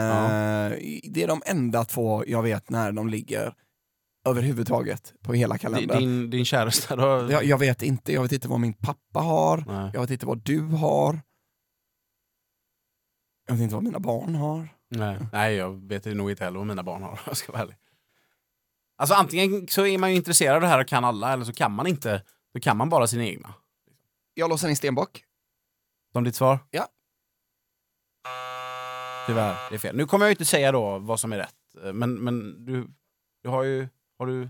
Speaker 2: Det är de enda två jag vet när de ligger överhuvudtaget på hela
Speaker 3: Di-
Speaker 2: kalendern.
Speaker 3: Din, din käresta då?
Speaker 2: Jag, jag vet inte, jag vet inte vad min pappa har,
Speaker 3: Nej.
Speaker 2: jag vet inte vad du har. Jag vet inte vad mina barn har.
Speaker 3: Nej. Nej, jag vet nog inte heller vad mina barn har. Jag ska vara ärlig. Alltså antingen så är man ju intresserad av det här och kan alla, eller så kan man inte. Då kan man bara sina egna.
Speaker 2: Jag låser in Stenbock.
Speaker 3: Som ditt svar?
Speaker 2: Ja.
Speaker 3: Tyvärr, det är fel. Nu kommer jag ju inte säga då vad som är rätt, eh, men, men du, du har ju har du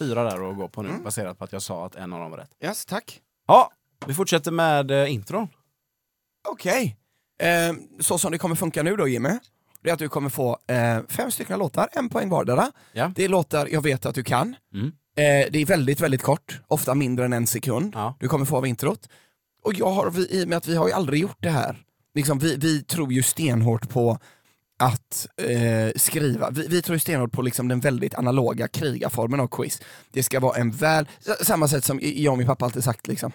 Speaker 3: fyra där att gå på nu
Speaker 2: Mm.
Speaker 3: baserat på att jag sa att en av dem var rätt.
Speaker 2: Yes, tack.
Speaker 3: Ja, vi fortsätter med eh, intron.
Speaker 2: Okej. Eh, så som det kommer funka nu då Jimmy, det är att du kommer få eh, fem stycken låtar, en poäng vardera.
Speaker 3: Ja.
Speaker 2: Det är låtar jag vet att du kan.
Speaker 3: Mm.
Speaker 2: Eh, det är väldigt, väldigt kort, ofta mindre än en sekund.
Speaker 3: Ja.
Speaker 2: Du kommer få av introt. Och jag har, vi, i och med att vi har ju aldrig gjort det här, liksom, vi, vi tror ju stenhårt på att eh, skriva. Vi, vi tror ju stenhårt på liksom den väldigt analoga krigarformen av quiz. Det ska vara en väl, s- samma sätt som jag och min pappa alltid sagt liksom.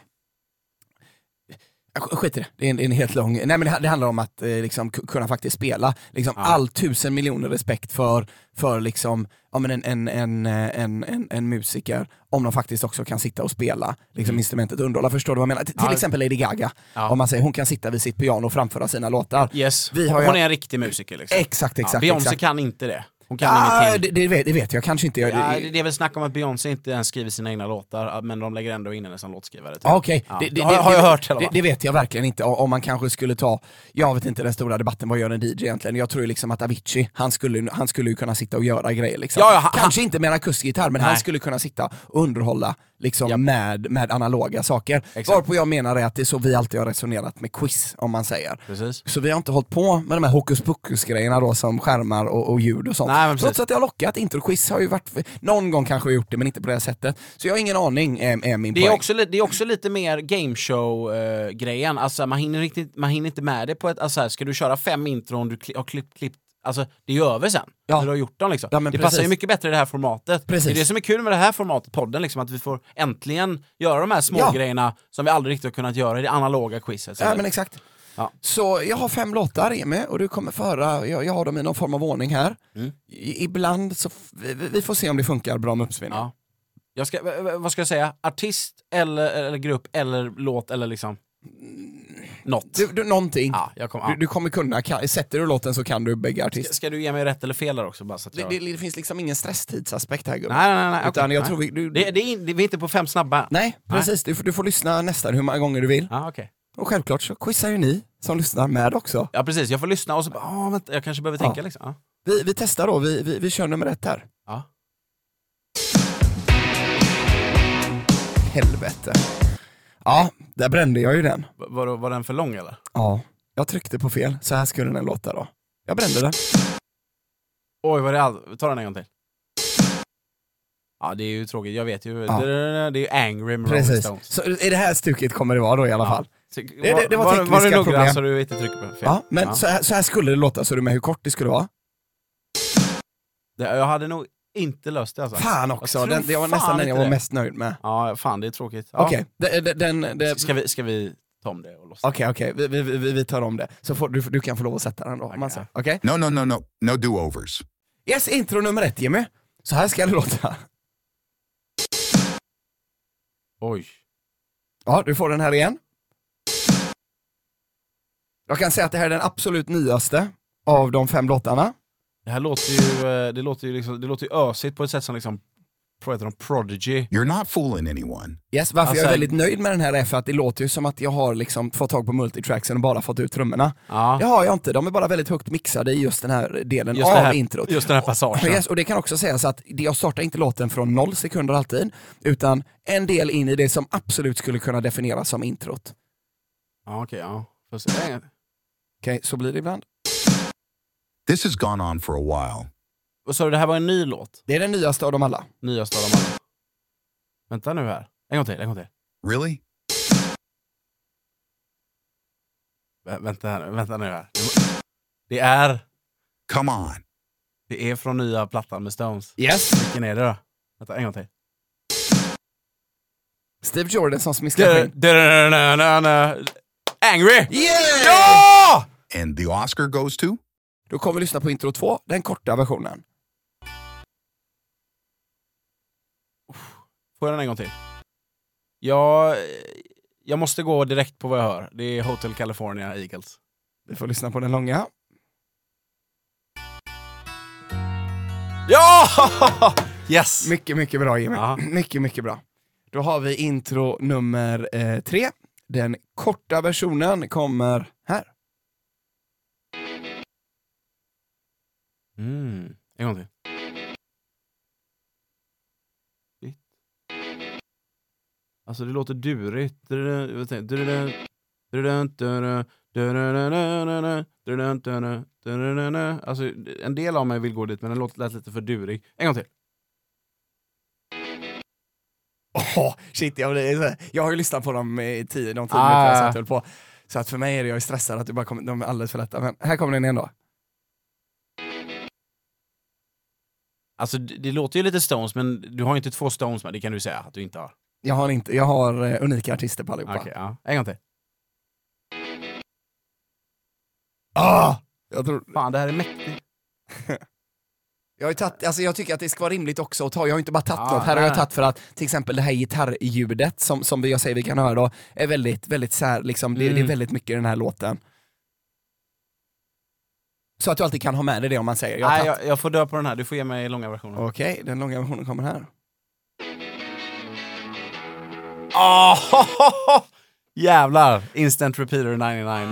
Speaker 2: Sk- Skit i det, det är en, det är en helt lång, nej men det, det handlar om att eh, liksom, ku- kunna faktiskt spela. Liksom,
Speaker 3: Ja.
Speaker 2: All tusen miljoner respekt för, för liksom, ja, men en, en, en, eh, en, en, en musiker om de faktiskt också kan sitta och spela liksom, instrumentet och underhålla. Förstår du vad jag menar? T- till
Speaker 3: Mm. Ja.
Speaker 2: exempel Lady Gaga,
Speaker 3: Ja.
Speaker 2: om man säger hon kan sitta vid sitt piano och framföra sina låtar.
Speaker 3: Yes.
Speaker 2: Vi har ju-
Speaker 3: Hon är en riktig musiker. Liksom.
Speaker 2: Exakt,
Speaker 3: ja,
Speaker 2: exakt.
Speaker 3: Beyoncé
Speaker 2: exakt.
Speaker 3: kan inte det. Hon kan
Speaker 2: Ah,
Speaker 3: ingenting.
Speaker 2: det, det, vet, det vet jag kanske inte. Jag,
Speaker 3: Ja, det, det är väl snack om att Beyoncé inte ens skriver sina egna låtar, ah, men de lägger ändå in henne som låtskrivare. typ.
Speaker 2: Ja, Okej,
Speaker 3: Ja.
Speaker 2: det, det,
Speaker 3: har,
Speaker 2: det,
Speaker 3: har jag
Speaker 2: det-
Speaker 3: hört i alla
Speaker 2: det,
Speaker 3: fall.
Speaker 2: det vet jag verkligen inte. O- Om man kanske skulle ta, jag vet inte den stora debatten, vad gör en DJ egentligen? Jag tror ju liksom att Avicii, han skulle, han skulle ju kunna sitta och göra grejer. Liksom.
Speaker 3: Ja, ja, han-
Speaker 2: kanske inte med en akustikgitarr, men han
Speaker 3: Nej.
Speaker 2: skulle kunna sitta och underhålla liksom, med, med analoga saker.
Speaker 3: Exakt.
Speaker 2: Varpå jag menar är att det är så vi alltid har resonerat med quiz, om man säger.
Speaker 3: Precis.
Speaker 2: Så vi har inte hållit på med de här hokus pokus-grejerna då som skärmar och, och ljud och sånt.
Speaker 3: Nej, men precis.
Speaker 2: Trots att det har lockat, introquiz har ju varit, någon gång kanske vi har gjort det men inte på det här sättet. Så jag har ingen aning är, är min
Speaker 3: Det är,
Speaker 2: poäng.
Speaker 3: också, li- det är också lite mer gameshow-grejen, alltså man hinner, riktigt, man hinner inte med det på ett, alltså här, ska du köra fem intron du kli, har klippt, klippt, alltså det är ju över sen,
Speaker 2: Ja.
Speaker 3: när du har gjort dem liksom.
Speaker 2: Ja,
Speaker 3: det
Speaker 2: men
Speaker 3: passar
Speaker 2: precis.
Speaker 3: ju mycket bättre i det här formatet.
Speaker 2: Precis.
Speaker 3: Det är det som är kul med det här formatet, podden, liksom, att vi får äntligen göra de här små
Speaker 2: Ja.
Speaker 3: grejerna som vi aldrig riktigt har kunnat göra i det analoga quizet. Så
Speaker 2: Ja
Speaker 3: där.
Speaker 2: men exakt.
Speaker 3: Ja.
Speaker 2: Så jag har fem låtar Jimmy och du kommer få höra, jag, jag har dem i någon form av ordning här.
Speaker 3: Mm.
Speaker 2: I, ibland så, f- vi, vi vi får se om det funkar bra med uppsvinning.
Speaker 3: Ja. jag ska, v- v- vad ska jag säga? Artist eller, eller grupp eller låt eller liksom något.
Speaker 2: Du, du, någonting.
Speaker 3: ja, jag kommer,
Speaker 2: Du, du kommer kunna, kan, sätter du låten så kan du bägge
Speaker 3: ja.
Speaker 2: artister.
Speaker 3: Ska du ge mig rätt eller fel där också? Bara så att
Speaker 2: Det,
Speaker 3: jag...
Speaker 2: det, det finns liksom ingen stresstidsaspekt här gubben.
Speaker 3: nej, nej, nej. nej,
Speaker 2: Utan
Speaker 3: okej,
Speaker 2: jag
Speaker 3: nej.
Speaker 2: tror vi, du,
Speaker 3: Det, det, är in- det, vi är inte på fem snabba.
Speaker 2: Nej, precis. Du, får- du får lyssna nästan hur många gånger du vill.
Speaker 3: Ja, okej.
Speaker 2: Och självklart så quizar ju ni som lyssnar med också.
Speaker 3: ja, precis. Jag får lyssna och så bara, "Ah, vänta, jag kanske behöver
Speaker 2: Ja.
Speaker 3: tänka liksom. Ja.
Speaker 2: Vi, vi testar då, vi, vi, vi kör nummer ett här.
Speaker 3: Ja.
Speaker 2: Helvete. Ja, där brände jag ju den.
Speaker 3: V- Var, var den för lång eller?
Speaker 2: Ja. Jag tryckte på fel, så här skulle den låta då. Jag brände den.
Speaker 3: Oj, var det all... Ta den en gång till. Ja, det är ju tråkigt. Jag vet ju.
Speaker 2: Ja.
Speaker 3: Det är ju Angry med Rolling
Speaker 2: Precis.
Speaker 3: Stones.
Speaker 2: Så i det här stuket kommer det vara då i alla
Speaker 3: Ja.
Speaker 2: fall.
Speaker 3: Så-
Speaker 2: det- det var
Speaker 3: var du
Speaker 2: tekniska
Speaker 3: noggrann
Speaker 2: problem.
Speaker 3: så du inte trycker på fel?
Speaker 2: Ja, men Så, här, så här skulle det låta, så är du med hur kort det skulle vara.
Speaker 3: Det, jag hade nog inte löst det alltså.
Speaker 2: Fan också,
Speaker 3: Jag tror
Speaker 2: den, det var
Speaker 3: fan
Speaker 2: nästan den jag
Speaker 3: inte
Speaker 2: var
Speaker 3: det.
Speaker 2: mest nöjd med.
Speaker 3: Ja, fan det är tråkigt. Ja.
Speaker 2: Okej, det- det- den... det-
Speaker 3: Ska, vi, ska vi ta om det och lossa?
Speaker 2: Okej, okej, vi, vi, vi, vi tar om det. Så får, du, du kan få lov att sätta den då. om man
Speaker 3: Okej.
Speaker 2: säger. Okej?
Speaker 4: No, no, no, no. No do overs.
Speaker 2: Yes, intro nummer ett Jimmy. Så här ska det låta.
Speaker 3: Oj.
Speaker 2: Ja, du får den här igen. Jag kan säga att det här är den absolut nyaste av de fem låtarna.
Speaker 3: Det här låter ju, eh, det låter ju, liksom, det låter ju ösigt på ett sätt som liksom, vad heter de, Prodigy.
Speaker 4: You're not fooling anyone.
Speaker 2: Yes, varför
Speaker 3: Alltså-
Speaker 2: jag är väldigt nöjd med den här är för att det låter ju som att jag har liksom fått tag på multitracksen och bara fått ut trummorna.
Speaker 3: Ja.
Speaker 2: Det har jag inte, de är bara väldigt högt mixade i just den här delen
Speaker 3: Just
Speaker 2: av
Speaker 3: det här-
Speaker 2: introt.
Speaker 3: just den här
Speaker 2: Och-
Speaker 3: passagen.
Speaker 2: Yes, och det kan också sägas att det- jag startar inte låten från noll sekunder alltid, utan en del in i det som absolut skulle kunna definieras som introt.
Speaker 3: Ja, okej, ja. eh, Får se.
Speaker 2: Okej, så blir det ibland.
Speaker 4: This has gone on for a while.
Speaker 3: Vad sa du, det här var en ny låt?
Speaker 2: Det är den nyaste av dem alla.
Speaker 3: Nyaste av dem alla. Vänta nu här. En gång till, en gång till.
Speaker 4: Really?
Speaker 3: Vä- Vänta, här, nu, vänta nu här. Det- Det är,
Speaker 4: Come on.
Speaker 3: det är från nya plattan med Stones.
Speaker 2: Yes.
Speaker 3: Vilken är det då? Vänta, en gång till.
Speaker 2: Steve Jordan som smiskar
Speaker 3: Du-
Speaker 2: skinn.
Speaker 3: du- du- du- du- du- Angry!
Speaker 2: Yeah!
Speaker 3: Ja!
Speaker 4: And the Oscar goes to?
Speaker 2: Då kommer vi lyssna på intro 2, den korta versionen.
Speaker 3: Får jag den en gång till? Jag, jag måste gå direkt på vad jag hör. Det är Hotel California Eagles.
Speaker 2: Vi får lyssna på den långa.
Speaker 3: Ja! Yes!
Speaker 2: Mycket, mycket bra Jimmy.
Speaker 3: Ja.
Speaker 2: Mycket, mycket bra. Då har vi intro nummer eh, tre. Den korta versionen kommer här.
Speaker 3: Mm. En gång till. Shit. Alltså det låter durigt. Drudun, vad säger- drudun, drudun, drudun, drudun, drudun, drudun, drudun, drudun. Alltså en del av mig vill gå dit men den låter- lät lite för durig. En gång till.
Speaker 2: Åh, shit, jag, blir, så här- jag har ju lyssnat på dem i tio, de tio
Speaker 3: Ah.
Speaker 2: minuterna jag satt höll på. Så att för mig är det, jag är stressad att det bara kommer, de är alldeles för lätta. Men här kommer den igen då.
Speaker 3: Alltså det, det låter ju lite Stones men du har ju inte två Stones med, det kan du säga att du inte har.
Speaker 2: Jag har, inte, jag har eh, unika artister på allihopa.
Speaker 3: Okej, ja. En gång till.
Speaker 2: Ah! Jag, tror,
Speaker 3: Fan det här är mäktigt.
Speaker 2: jag, har ju tagit, alltså jag tycker att det ska vara rimligt också att ta, jag har inte bara tagit
Speaker 3: Ah,
Speaker 2: något. Här har jag
Speaker 3: nej.
Speaker 2: tagit för att till exempel det här gitarrljudet som, som vi- jag säger vi kan höra då, är väldigt, väldigt sär, liksom, det, det är
Speaker 3: Mm.
Speaker 2: väldigt mycket i den här låten. Så att du alltid kan ha med dig det om man säger, jag har
Speaker 3: Nej,
Speaker 2: tagit.
Speaker 3: jag, jag får dö på den här, du får ge mig långa versionen.
Speaker 2: Okej, den långa versionen kommer här.
Speaker 3: Oh, jävlar! Instant Repeater 99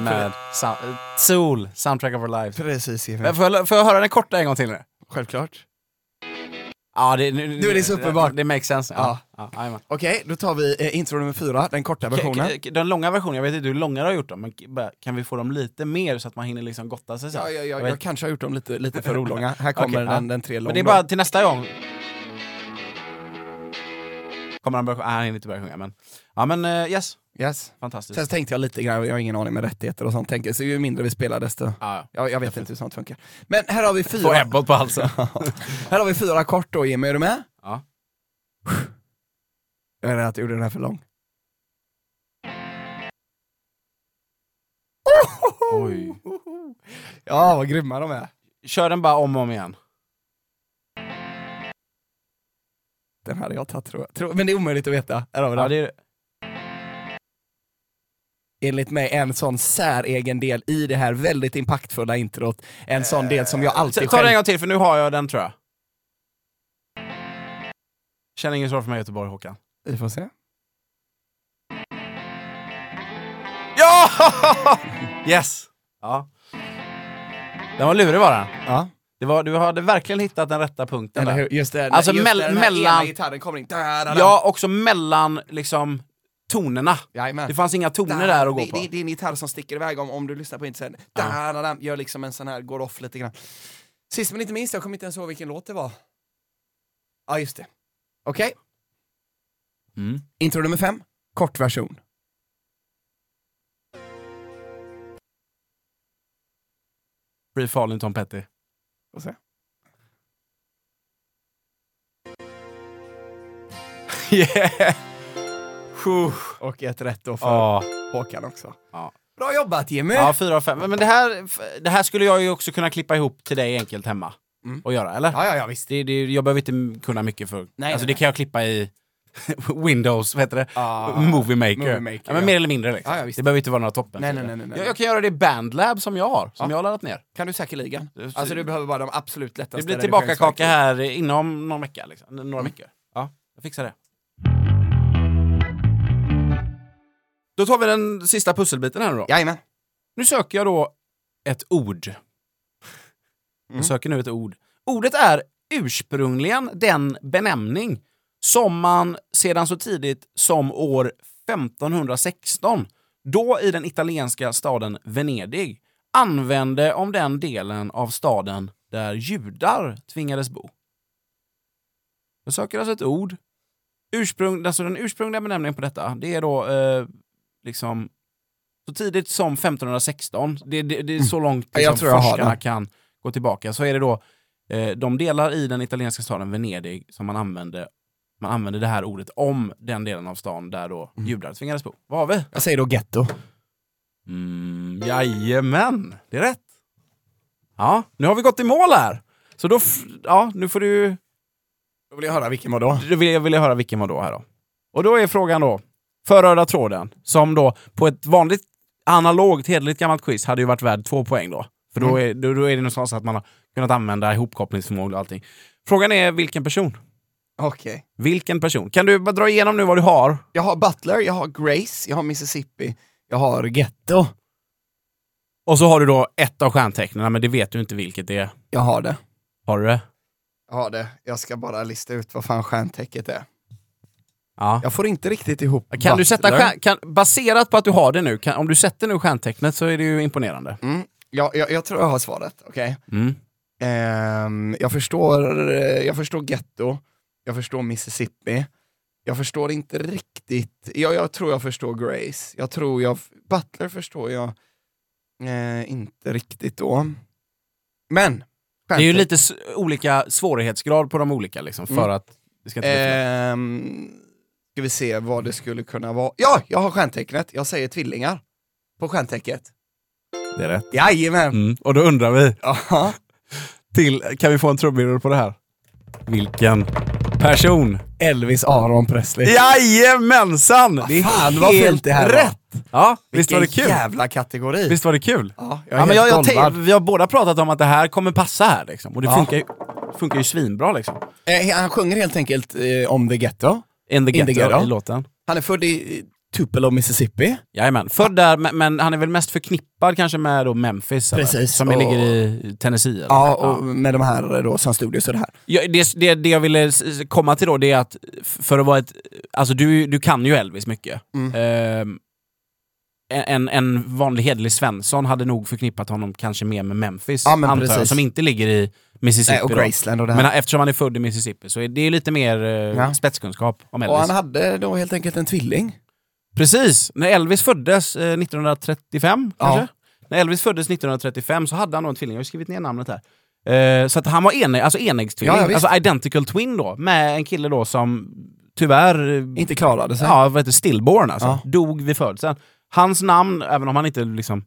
Speaker 3: med Sa- eh, Sol, Soundtrack of Our Lives.
Speaker 2: Precis,
Speaker 3: Men Får jag, får jag höra den korta en gång till nu?
Speaker 2: Självklart.
Speaker 3: Ja, det, nu,
Speaker 2: Nu är det så uppenbart.
Speaker 3: Det, det makes sense. Ja. Ja. jajamän.
Speaker 2: Okej, då tar vi eh, intro nummer fyra, den korta versionen.
Speaker 3: K- k- Den långa versionen, jag vet inte hur långa du har gjort dem, men k- bara, kan vi få dem lite mer så att man hinner liksom gotta sig? Så? här?
Speaker 2: Ja, ja, ja,
Speaker 3: vet-
Speaker 2: jag kanske har gjort dem lite, lite för olånga. Här kommer
Speaker 3: Okej, ja.
Speaker 2: den, den tre långa.
Speaker 3: men det är bara till nästa gång. Kommer han börja sjunga? Nej, han hinner inte börja sjunga. Men, ja, men eh, yes,
Speaker 2: Yes.
Speaker 3: fantastiskt.
Speaker 2: Sen tänkte jag lite grann, jag har ingen aning med rättigheter och sånt, tänker, så ju mindre vi spelar desto...
Speaker 3: Ja, ja.
Speaker 2: Jag, jag vet inte hur sånt funkar. Men här har vi
Speaker 3: Få
Speaker 2: fyra,
Speaker 3: Ebbot på halsen.
Speaker 2: här har vi fyra kort då Jimmy, är du med?
Speaker 3: Ja.
Speaker 2: Jag är rädd att jag gjorde den här för lång.
Speaker 3: Oj.
Speaker 2: Ja, vad grymma de är.
Speaker 3: Kör den bara om och om igen.
Speaker 2: Den hade jag tagit tror jag. Tror- Men det är omöjligt att veta. Här har vi den.
Speaker 3: Ja, det är,
Speaker 2: enligt mig en sån säregen del i det här väldigt impactfulla introt. En sån del som jag
Speaker 3: Ta,
Speaker 2: alltid
Speaker 3: ta den en
Speaker 2: själv...
Speaker 3: gång till, för nu Eh, har jag den tror jag. Känner ingen svar för mig i Göteborg, Håkan.
Speaker 2: Vi får se.
Speaker 3: Ja! Yes! Ja. Den var lurig var den.
Speaker 2: Ja,
Speaker 3: Det var, du hade verkligen hittat den rätta punkten
Speaker 2: eller hur?
Speaker 3: där.
Speaker 2: Just det.
Speaker 3: Alltså,
Speaker 2: just
Speaker 3: mell-
Speaker 2: det, den här
Speaker 3: mellan-
Speaker 2: ena gitarren kommer in. Da, da, da.
Speaker 3: Ja, också mellan liksom tonerna.
Speaker 2: Jajamän.
Speaker 3: Det fanns inga toner
Speaker 2: Da,
Speaker 3: där att gå
Speaker 2: det,
Speaker 3: på.
Speaker 2: Det, det är en gitarr som sticker iväg om, om du lyssnar på introt. Da, da, da. Gör liksom en sån här, går off lite grann. Sist men inte minst, jag kommer inte ens ihåg vilken låt det var. Ja, just det. Okej,
Speaker 3: Mm.
Speaker 2: intro nummer fem. Kortversion.
Speaker 3: Free Falling Tom Petty.
Speaker 2: Får se.
Speaker 3: Yeah! Puh.
Speaker 2: Och ett rätt då för
Speaker 3: Ja.
Speaker 2: Håkan också.
Speaker 3: Ja.
Speaker 2: Bra jobbat Jimmy!
Speaker 3: Ja, fyra av fem. Men det här, det här skulle jag ju också kunna klippa ihop till dig enkelt hemma.
Speaker 2: Mm.
Speaker 3: Och göra, eller?
Speaker 2: ja, ja, ja visst.
Speaker 3: Det, det, jag behöver inte kunna mycket för...
Speaker 2: Nej,
Speaker 3: alltså
Speaker 2: nej,
Speaker 3: det kan jag klippa i Windows, vad heter det?
Speaker 2: Ah.
Speaker 3: Movie Maker.
Speaker 2: Movie Maker,
Speaker 3: ja, men
Speaker 2: ja.
Speaker 3: mer eller mindre. Liksom.
Speaker 2: Ja, ja, visst.
Speaker 3: det behöver inte vara några toppen.
Speaker 2: Nej, nej, nej, nej, nej.
Speaker 3: Jag, jag kan göra det i Bandlab som jag har, som jag har laddat ner.
Speaker 2: kan du säkerligen.
Speaker 3: Det-
Speaker 2: Alltså du behöver bara de absolut lättaste
Speaker 3: Det blir
Speaker 2: redigeringsverktyg.
Speaker 3: tillbaka-kaka här inom någon vecka. Liksom. Några
Speaker 2: Mm.
Speaker 3: veckor. Ja, jag fixar det. Då tar vi den sista pusselbiten här nu då.
Speaker 2: Jajamän.
Speaker 3: Nu söker jag då ett ord. Jag söker nu ett ord. Ordet är ursprungligen den benämning som man sedan så tidigt som år 1516, då i den italienska staden Venedig, använde om den delen av staden där judar tvingades bo. Jag söker alltså ett ord. Ursprung, alltså den ursprungliga benämningen på detta, det är då eh, liksom så tidigt som 1516, det, det, det är så långt
Speaker 2: Mm. Ja,
Speaker 3: liksom,
Speaker 2: jag tror jag har
Speaker 3: forskarna
Speaker 2: den.
Speaker 3: kan gå tillbaka, så är det då eh, de delar i den italienska staden Venedig som man använde, man använde det här ordet om den delen av stan där då
Speaker 2: Mm.
Speaker 3: judar tvingades bo. Vad har vi?
Speaker 2: Jag säger då getto.
Speaker 3: Mm, jajamän, det är rätt. Ja, nu har vi gått i mål här. Så då, f- ja, nu får du...
Speaker 2: Då vill jag höra vilken var då.
Speaker 3: Då vill jag, vill jag höra vilken var då här då. Och då är frågan då, förröda tråden, som då på ett vanligt analogt hederligt gammalt quiz hade ju varit värd två poäng då. För då är, då, då är det någonstans att man har kunnat använda ihopkopplingsförmåga och allting. Frågan är vilken person?
Speaker 2: Okej.
Speaker 3: Vilken person? Kan du bara dra igenom nu vad du har?
Speaker 2: Jag har Butler, jag har Grace, jag har Mississippi, jag har Ghetto.
Speaker 3: Och så har du då ett av stjärntecknen, men det vet du inte vilket det är.
Speaker 2: Jag har det.
Speaker 3: Har du det?
Speaker 2: Jag har det. Jag ska bara lista ut vad fan stjärntecket är.
Speaker 3: Ja.
Speaker 2: Jag får inte riktigt ihop
Speaker 3: Kan du sätta
Speaker 2: Butler.
Speaker 3: stjärn, kan, baserat på att du har det nu, kan, om du sätter nu stjärntecknet så är det ju imponerande.
Speaker 2: Mm. Jag, jag, jag tror jag har svaret, okej?
Speaker 3: Mm.
Speaker 2: Ehm, jag, förstår, eh, jag förstår Ghetto, jag förstår Mississippi, jag förstår inte riktigt, jag, jag tror jag förstår Grace, jag tror jag, Butler förstår jag eh, inte riktigt då. Men!
Speaker 3: Det är ju lite s- olika svårighetsgrad på de olika liksom, för
Speaker 2: Mm.
Speaker 3: att det ska inte bli för-
Speaker 2: Ehm, ska vi se vad det skulle kunna vara. Ja, jag har stjärntecknet, jag säger tvillingar på stjärntecket.
Speaker 3: Det är rätt.
Speaker 2: Jajamän!
Speaker 3: Mm. Och då undrar vi,
Speaker 2: Ja.
Speaker 3: till, kan vi få en trumvirvel på det här? Vilken person?
Speaker 2: Elvis Aron Presley.
Speaker 3: Jajamensan! Det är
Speaker 2: fan, vad fult det här var.
Speaker 3: rätt! Ja, visst var det
Speaker 2: Vilken
Speaker 3: kul?
Speaker 2: jävla kategori!
Speaker 3: Visst var det kul?
Speaker 2: Ja, jag är
Speaker 3: Ja,
Speaker 2: helt
Speaker 3: men jag, jag,
Speaker 2: golvad.
Speaker 3: tänk- vi har båda pratat om att det här kommer passa här liksom. Och det
Speaker 2: Ja.
Speaker 3: funkar, ju, funkar ju svinbra liksom.
Speaker 2: Eh, han sjunger helt enkelt eh, om the ghetto.
Speaker 3: In the
Speaker 2: In the
Speaker 3: ghetto,
Speaker 2: ghetto.
Speaker 3: i låten.
Speaker 2: Han är född i eh, Tupelo, Mississippi.
Speaker 3: Jajamän. Född där, men, men han är väl mest förknippad kanske med då Memphis, eller?
Speaker 2: Precis,
Speaker 3: som
Speaker 2: och-
Speaker 3: ligger i Tennessee. Eller?
Speaker 2: Ja, och med de här eh, då, Sun Studios och det här.
Speaker 3: Ja, det, det, det jag ville s- s- komma till då, det är att f- för att vara ett... Alltså du, du kan ju Elvis mycket.
Speaker 2: Mm.
Speaker 3: Ehm, en, en vanlig hederlig Svensson hade nog förknippat honom kanske mer med Memphis,
Speaker 2: Ja, men
Speaker 3: antar jag,
Speaker 2: precis.
Speaker 3: som inte ligger i Mississippi.
Speaker 2: Nej, och
Speaker 3: då.
Speaker 2: Graceland och det här.
Speaker 3: Men eftersom han är född i Mississippi så är det ju lite mer eh,
Speaker 2: Ja.
Speaker 3: spetskunskap om Elvis.
Speaker 2: och han hade då helt enkelt en tvilling.
Speaker 3: Precis! När Elvis föddes eh, 1935,
Speaker 2: Ja.
Speaker 3: kanske? När Elvis föddes 1935 så hade han då en tvilling, jag har ju skrivit ner namnet här. Eh, så att han var enig, alltså enäggstvilling,
Speaker 2: Ja, ja, visst.
Speaker 3: alltså identical twin då, med en kille då som tyvärr, eh,
Speaker 2: Inte klarade sig.
Speaker 3: ja, vad heter det, stillborn alltså,
Speaker 2: Ja.
Speaker 3: dog vid födseln. Hans namn, även om han inte liksom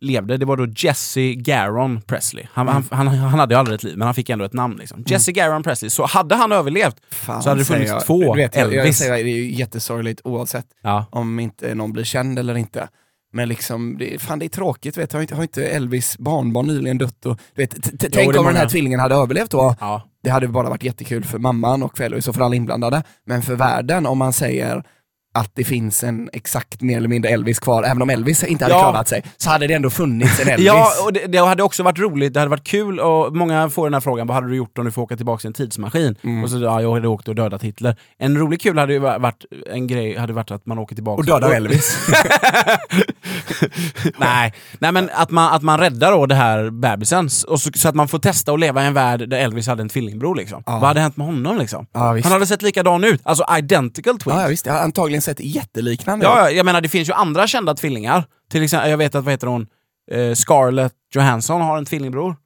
Speaker 3: levde, det var då Jesse Garon Presley. Han,
Speaker 2: Mm.
Speaker 3: han, han, han hade ju aldrig ett liv, men han fick ändå ett namn. Liksom. Jesse Garon Presley, så hade han överlevt,
Speaker 2: Fan,
Speaker 3: så hade det
Speaker 2: säger
Speaker 3: funnits
Speaker 2: jag.
Speaker 3: två
Speaker 2: du vet, jag, jag
Speaker 3: Elvis.
Speaker 2: säger, det är ju jättesorgligt oavsett
Speaker 3: ja.
Speaker 2: om inte någon blir känd eller inte. Men liksom, det, fan det är tråkigt. Vet, du. har, inte, har inte Elvis barnbarn nyligen dött? Och, du vet, t- t-
Speaker 3: det är
Speaker 2: tänk om den här
Speaker 3: många.
Speaker 2: tvillingen hade överlevt då.
Speaker 3: Ja.
Speaker 2: Det hade bara varit jättekul för mamman och för Elvis och för alla inblandade. Men för världen om man säger att det finns en exakt mer eller mindre Elvis kvar, även om Elvis inte hade
Speaker 3: Ja.
Speaker 2: klarat sig, så hade det ändå funnits en Elvis.
Speaker 3: Ja, och det, det hade också varit roligt, det hade varit kul och många får den här frågan, vad hade du gjort om du får åka tillbaka i en tidsmaskin?
Speaker 2: Mm.
Speaker 3: Och så, ja, jag hade åkt och dödat Hitler. En rolig kul hade ju va- varit, en grej hade varit att man åker tillbaka
Speaker 2: och döda Elvis.
Speaker 3: nej, nej, men att man, att man räddar då det här bebisen s- och så, så att man får testa att leva i en värld där Elvis hade en tvillingbror. Liksom. Vad hade hänt med honom? Liksom?
Speaker 2: Ja, visst.
Speaker 3: Han hade sett likadan ut, alltså identical twins.
Speaker 2: ja, ja, visst, jag har antagligen sett jätteliknande
Speaker 3: Ja, ja, jag menar det finns ju andra kända tvillingar. Till exempel, jag vet att vad heter hon? Eh, Scarlett Johansson har en tvillingbror.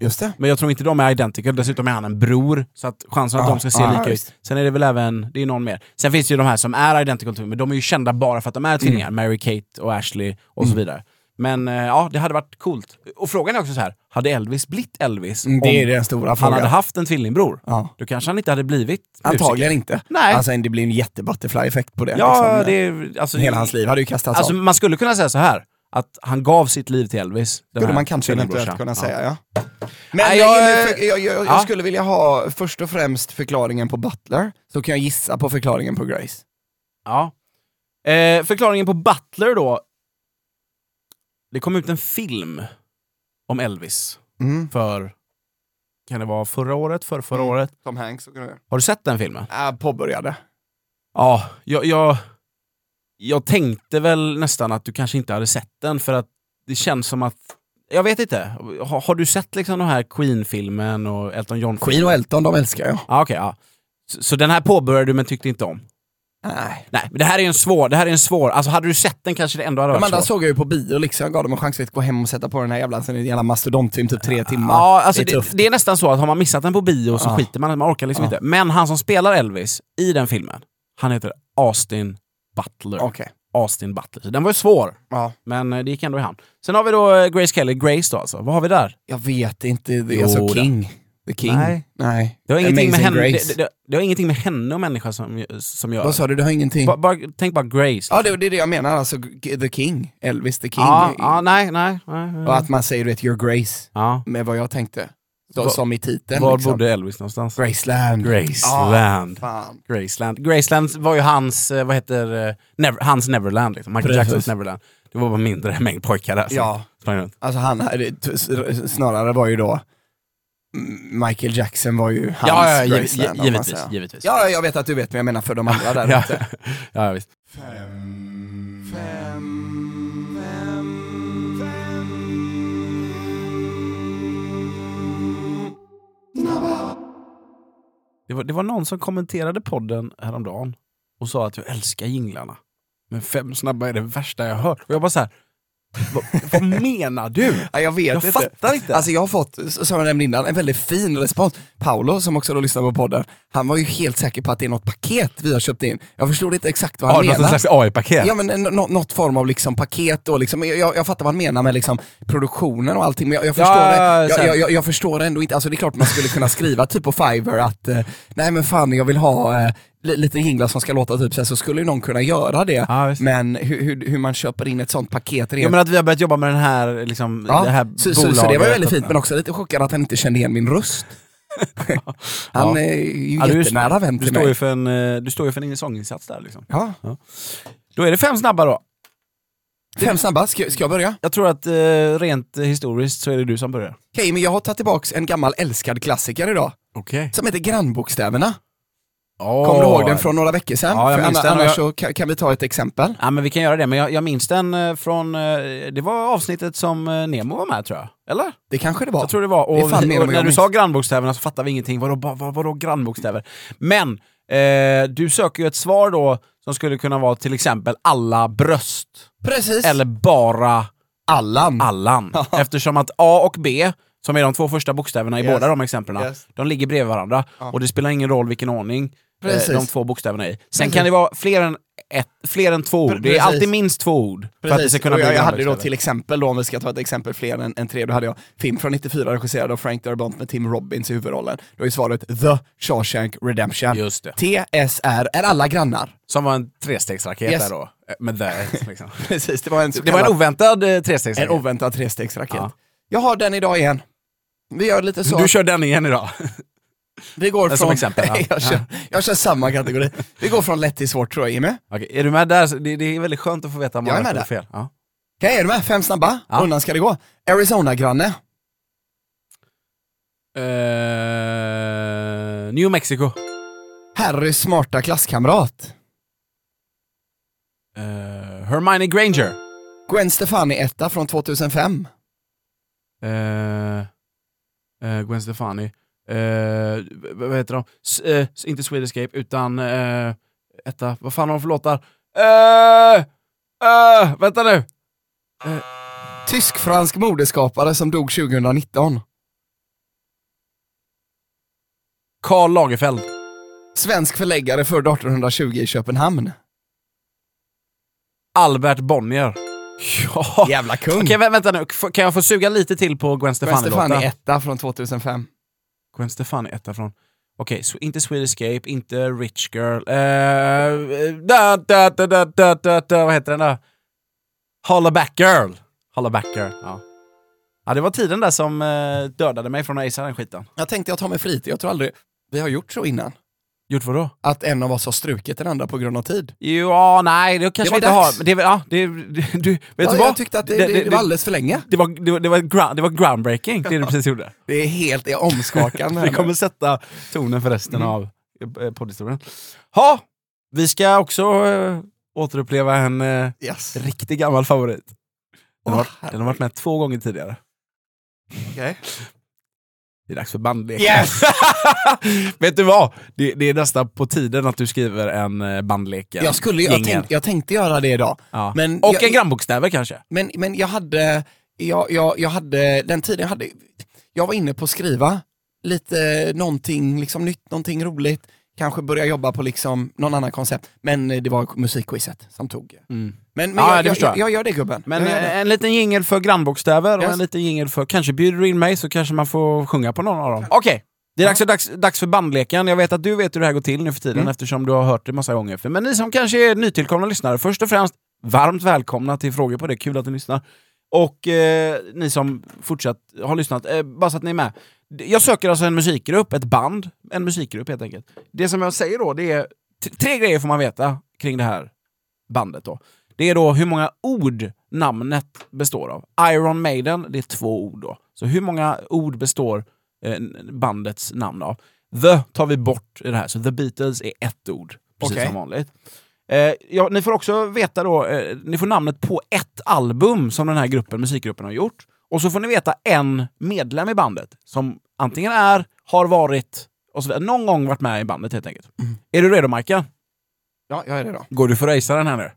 Speaker 2: Just det.
Speaker 3: Men jag tror inte de är identical, dessutom är han en bror. Så att chansen att
Speaker 2: Ja,
Speaker 3: de ska se
Speaker 2: ja,
Speaker 3: lika
Speaker 2: visst.
Speaker 3: ut. Sen är det väl även, det är någon mer. Sen finns det ju de här som är identical twin, men de är ju kända bara för att de
Speaker 2: Mm.
Speaker 3: är tvillingar. Mary-Kate och Ashley och så vidare. Men eh, ja, det hade varit coolt. Och frågan är också så här, hade Elvis blivit Elvis
Speaker 2: Mm, Det är
Speaker 3: om
Speaker 2: den stora
Speaker 3: han
Speaker 2: frågan.
Speaker 3: hade haft en tvillingbror?
Speaker 2: Ja.
Speaker 3: Då kanske han inte hade blivit musiker.
Speaker 2: Antagligen inte.
Speaker 3: Nej.
Speaker 2: Alltså, det blir en jätte-butterfly-effekt på det.
Speaker 3: Ja,
Speaker 2: liksom.
Speaker 3: det är... Alltså,
Speaker 2: Hela hans liv hade ju kastats
Speaker 3: Alltså
Speaker 2: av.
Speaker 3: man skulle kunna säga så här att han gav sitt liv till Elvis. den
Speaker 2: Skulle
Speaker 3: här
Speaker 2: man kanske eventuellt
Speaker 3: tvillingbrorsan.
Speaker 2: kunna
Speaker 3: Ja.
Speaker 2: säga, ja. Men
Speaker 3: Nej,
Speaker 2: jag,
Speaker 3: jag, eh,
Speaker 2: jag, jag, jag,
Speaker 3: ja.
Speaker 2: jag skulle vilja ha först och främst förklaringen på Butler, så kan jag gissa på förklaringen på Grace.
Speaker 3: Ja. Eh, förklaringen på Butler då. Det kom ut en film om Elvis
Speaker 2: Mm.
Speaker 3: för, kan det vara förra året, för förra året?
Speaker 2: Tom Hanks och grejer.
Speaker 3: Har du sett den filmen?
Speaker 2: Äh, påbörjade.
Speaker 3: Ja, jag, jag, jag tänkte väl nästan att du kanske inte hade sett den för att det känns som att, jag vet inte, har, har du sett liksom den här Queen-filmen och Elton John-filmen?
Speaker 2: Queen och Elton, de älskar jag.
Speaker 3: Ja, okej, ja. Så, så den här påbörjade du men tyckte inte om?
Speaker 2: Nej.
Speaker 3: Nej, men det här är ju en svår, det här är en svår, alltså hade du sett den kanske det ändå hade
Speaker 2: De
Speaker 3: varit
Speaker 2: andra
Speaker 3: svårt.
Speaker 2: såg jag ju på bio, liksom. jag gav dem en chans att gå hem och sätta på den här jävla, sen är det en jävla mastodontfilm, typ tre timmar.
Speaker 3: Ja, alltså
Speaker 2: det
Speaker 3: det,
Speaker 2: är tufft.
Speaker 3: det, är nästan så att har man missat den på bio så
Speaker 2: Ja.
Speaker 3: skiter man man orkar liksom
Speaker 2: Ja.
Speaker 3: inte. Men han som spelar Elvis i den filmen, han heter Austin Butler.
Speaker 2: Okej.
Speaker 3: Austin Butler. Så den var ju svår,
Speaker 2: Ja.
Speaker 3: men eh, det gick ändå i hamn. Sen har vi då eh, Grace Kelly, Grace då alltså. Vad har vi där?
Speaker 2: Jag vet inte, det är
Speaker 3: Jo
Speaker 2: alltså
Speaker 3: då.
Speaker 2: King. The King.
Speaker 3: Nej.
Speaker 2: Nej.
Speaker 3: Det har ingenting, med
Speaker 2: Amazing
Speaker 3: henne,
Speaker 2: Grace.
Speaker 3: det, det, det har ingenting med henne och människa som, som gör
Speaker 2: Vad sa du, det har ingenting?
Speaker 3: Ba- bara, tänk bara Grace.
Speaker 2: Ja, det, det är det jag menar, alltså G- The King, Elvis the King. Ah.
Speaker 3: ja, ja, nej, nej. nej, nej.
Speaker 2: Och att man säger du vet, your grace,
Speaker 3: Ja.
Speaker 2: med vad jag tänkte. Så då som i titeln.
Speaker 3: Var
Speaker 2: liksom.
Speaker 3: bodde Elvis någonstans?
Speaker 2: Graceland.
Speaker 3: Graceland.
Speaker 2: Fan.
Speaker 3: Graceland. Graceland var ju hans, eh, vad heter, eh, Never, hans Neverland. Liksom. Michael
Speaker 2: Precis.
Speaker 3: Jacksons Neverland. Det var bara mindre mängd pojkar där. som
Speaker 2: Ja.
Speaker 3: sprang runt.
Speaker 2: Alltså han, hade- t- s- snarare var ju då mm, Michael Jackson var ju hans
Speaker 3: ja, ja, giv,
Speaker 2: Graceland. om man
Speaker 3: givetvis.
Speaker 2: säger.
Speaker 3: givetvis.
Speaker 2: Ja, ja, jag vet att du vet, men jag menar för de andra där
Speaker 3: ja,
Speaker 2: ute.
Speaker 3: ja, visst. Det var, det var någon som kommenterade podden häromdagen och sa att jag älskar jinglarna. Men fem snabba är det värsta jag hört. Och jag bara så här, vad, vad menar du?
Speaker 2: Ja, jag vet
Speaker 3: Jag
Speaker 2: inte.
Speaker 3: fattar inte.
Speaker 2: Alltså jag har fått, s- som jag nämnde innan, en väldigt fin respons. Paolo, som också då lyssnar på podden, han var ju helt säker på att det är något paket vi har köpt in. Jag förstod inte exakt vad han
Speaker 3: det var
Speaker 2: menar.
Speaker 3: någon slags AI-paket.
Speaker 2: Ja men en- nå- något form av liksom paket och liksom, jag, jag fattar vad han menar med liksom produktionen och allting men jag, jag, förstår,
Speaker 3: ja, ja,
Speaker 2: det,
Speaker 3: sen.
Speaker 2: jag, jag, jag, jag förstår det ändå inte, alltså det är klart man skulle kunna skriva typ på Fiverr att eh, nej men fan jag vill ha eh, li- lite jinglar som ska låta typ så, här, så skulle ju någon kunna göra det
Speaker 3: Ja, visst.
Speaker 2: men hur, hur, hur man köper in ett sånt paket rent
Speaker 3: Ja, men att vi har börjat jobba med den här, liksom,
Speaker 2: Ja,
Speaker 3: det här
Speaker 2: så, så,
Speaker 3: bolaget.
Speaker 2: så det var ju väldigt fint, men också lite chockad att han inte kände igen min röst. han
Speaker 3: Ja.
Speaker 2: är ju
Speaker 3: Ja, du-
Speaker 2: jättenära vän
Speaker 3: du
Speaker 2: till
Speaker 3: står,
Speaker 2: mig.
Speaker 3: ju för en, eh, du står ju för en sånginsats där. Liksom.
Speaker 2: Ja.
Speaker 3: Då är det fem snabba då.
Speaker 2: Fem snabba, ska, ska jag börja?
Speaker 3: Jag tror att eh, rent eh, historiskt så är det du som börjar.
Speaker 2: Okej, men jag har tagit tillbaka en gammal älskad klassiker idag,
Speaker 3: Okej.
Speaker 2: som heter Grannbokstäverna. Kommer du ihåg den från några veckor sedan?
Speaker 3: Ja, jag
Speaker 2: För
Speaker 3: minns
Speaker 2: anna-
Speaker 3: den och
Speaker 2: annars
Speaker 3: jag-
Speaker 2: så kan, kan vi ta ett exempel.
Speaker 3: Ja, men vi kan göra det, men jag, jag minns den eh, från... eh, Det var avsnittet som eh, Nemo var med tror jag. Eller?
Speaker 2: Det kanske det var.
Speaker 3: Jag tror det var. Och,
Speaker 2: Det är fan mer än
Speaker 3: och
Speaker 2: vad
Speaker 3: när
Speaker 2: jag
Speaker 3: du
Speaker 2: minns.
Speaker 3: sa grannbokstäverna så fattade vi ingenting. Vadå, vad, vad, vadå grannbokstäver? Men eh, du söker ju ett svar då som skulle kunna vara till exempel alla bröst.
Speaker 2: Precis.
Speaker 3: Eller bara
Speaker 2: Allan.
Speaker 3: Allan. Eftersom att A och B, som är de två första bokstäverna i
Speaker 2: Yes.
Speaker 3: båda de exemplen,
Speaker 2: Yes.
Speaker 3: de ligger bredvid varandra. Och det spelar ingen roll vilken ordning eh,
Speaker 2: Precis.
Speaker 3: de två bokstäverna är i. Sen
Speaker 2: Precis.
Speaker 3: kan det vara fler än, ett, fler än två ord. Det är
Speaker 2: Precis.
Speaker 3: alltid minst två ord. För att det ska kunna
Speaker 2: och
Speaker 3: bli
Speaker 2: jag, jag
Speaker 3: en
Speaker 2: hade då
Speaker 3: bokstäver.
Speaker 2: till exempel, då, om vi ska ta ett exempel fler än, än tre, då hade jag film från 94 regisserad av Frank Darabont med Tim Robbins i huvudrollen. Då är svaret The Shawshank Redemption.
Speaker 3: Just det.
Speaker 2: TSR är alla grannar.
Speaker 3: Som var en trestegsraket
Speaker 2: Yes.
Speaker 3: där då. Eh, Men där, liksom.
Speaker 2: Precis, det var en, så
Speaker 3: Det var en
Speaker 2: kallad-
Speaker 3: oväntad eh,
Speaker 2: en
Speaker 3: trestegsraket.
Speaker 2: oväntad trestegsraket.
Speaker 3: Ja.
Speaker 2: Jag har den idag igen. Vi gör lite så.
Speaker 3: du kör den igen idag.
Speaker 2: vi går
Speaker 3: som
Speaker 2: från...
Speaker 3: exempel, ja.
Speaker 2: jag, kör, jag kör samma kategori. Vi går från lätt till svårt tror jag, Jimmy.
Speaker 3: Okej, är du med där? Så Det, det är väldigt skönt att få veta om man
Speaker 2: Jag är
Speaker 3: har
Speaker 2: med
Speaker 3: rätt eller fel. Ja.
Speaker 2: Okej, är du med? Fem snabba.
Speaker 3: Ja.
Speaker 2: Undan ska det gå. Arizona-granne.
Speaker 3: Eh, New Mexico.
Speaker 2: Harrys smarta klasskamrat.
Speaker 3: Eh, Hermione Granger.
Speaker 2: Gwen Stefani etta från 2005.
Speaker 3: Eh, eh, Gwen Stefani. Eh, v- vad heter de? S- eh, s- inte Swedish Escape, utan... eh, etta. Vad fan har de för låtar? Eh, eh, vänta nu!
Speaker 2: Tysk-fransk modeskapare som dog 2019.
Speaker 3: Karl Lagerfeld.
Speaker 2: Svensk förläggare född 1820 i Köpenhamn.
Speaker 3: Albert Bonnier. Ja!
Speaker 2: Jävla kung!
Speaker 3: Okej, vä- vänta nu. F- Kan jag få suga lite till på Gwen
Speaker 2: Gwen
Speaker 3: Stefani-låtar?
Speaker 2: Stefani etta från 2005.
Speaker 3: Gwen Stefani etta från... Okej, så inte Swedish Escape, inte Rich Girl. Eh, da, da, da, da, da, da, da, vad heter den där? Holla Back Girl! Holla Back Girl, ja. Ja, det var tiden där som eh, dödade mig från att acea den skiten.
Speaker 2: Jag tänkte jag tar mig flit, jag tror aldrig vi har gjort så innan.
Speaker 3: Gjort vad då?
Speaker 2: Att en av oss har strukit den andra på grund av tid.
Speaker 3: Ja, nej, det
Speaker 2: Det
Speaker 3: kanske vi
Speaker 2: var
Speaker 3: inte
Speaker 2: dags.
Speaker 3: har. Men det, är väl- ja, det, det, du, vet
Speaker 2: Ja,
Speaker 3: du vad?
Speaker 2: jag tyckte att det, det, det var alldeles för länge.
Speaker 3: det var, det var, det var, ground, det var groundbreaking, det du precis gjorde.
Speaker 2: Det är helt det är omskakande.
Speaker 3: Det kommer sätta tonen för resten av eh, poddhistorien. Ha! Vi ska också eh, återuppleva en eh,
Speaker 2: Yes.
Speaker 3: riktig gammal favorit. Den, har,
Speaker 2: Åh,
Speaker 3: varit- den har varit med två gånger tidigare.
Speaker 2: Okej.
Speaker 3: Det är dags för bandlek.
Speaker 2: Yes!
Speaker 3: Vet du vad? Det, det är nästan på tiden att du skriver en eh, bandlek. en
Speaker 2: Jag, skulle, jag,
Speaker 3: jingel.
Speaker 2: tänk, jag tänkte göra det idag,
Speaker 3: ja.
Speaker 2: men
Speaker 3: Och
Speaker 2: jag-
Speaker 3: en grannbokstäver kanske.
Speaker 2: men, men jag, hade, jag, jag, jag hade, den tiden jag hade, jag var inne på att skriva lite någonting liksom nytt, någonting roligt, kanske börja jobba på liksom någon annan koncept, men eh, det var musikquizet som tog. Men, men
Speaker 3: Ja, det
Speaker 2: jag, jag,
Speaker 3: förstår jag.
Speaker 2: jag, jag gör det gubben.
Speaker 3: Men
Speaker 2: jag gör det.
Speaker 3: eh, en liten jingel för grannbokstäver och
Speaker 2: Yes.
Speaker 3: en liten jingel för... Kanske bjuder du in mig så kanske man får sjunga på någon av dem. Okej, det är dags, dags, dags för bandleken. Jag vet att du vet hur det här går till nu för tiden eftersom du har hört det massa gånger. För- Men ni som kanske är nytillkomna lyssnare, först och främst varmt välkomna till Frågor på det. Kul att ni lyssnar. Och eh, ni som fortsatt har lyssnat, eh, bara så att ni är med. Jag söker alltså en musikgrupp, ett band, en musikgrupp helt enkelt. Det som jag säger då, det är t- tre grejer får man veta kring det här bandet då. Det är då hur många ord namnet består av. Iron Maiden, det är två ord då. Så hur många ord består eh, bandets namn av? The tar vi bort i det här, så The Beatles är ett ord, precis
Speaker 2: Okej.
Speaker 3: som vanligt. Eh, ja, ni får också veta då, eh, ni får namnet på ett album som den här gruppen, musikgruppen har gjort. Och så får ni veta en medlem i bandet som antingen är, har varit, och så vidare. någon gång varit med i bandet helt enkelt. Är du redo Marka?
Speaker 2: Ja, jag är det då.
Speaker 3: Går du för att acea den här nu?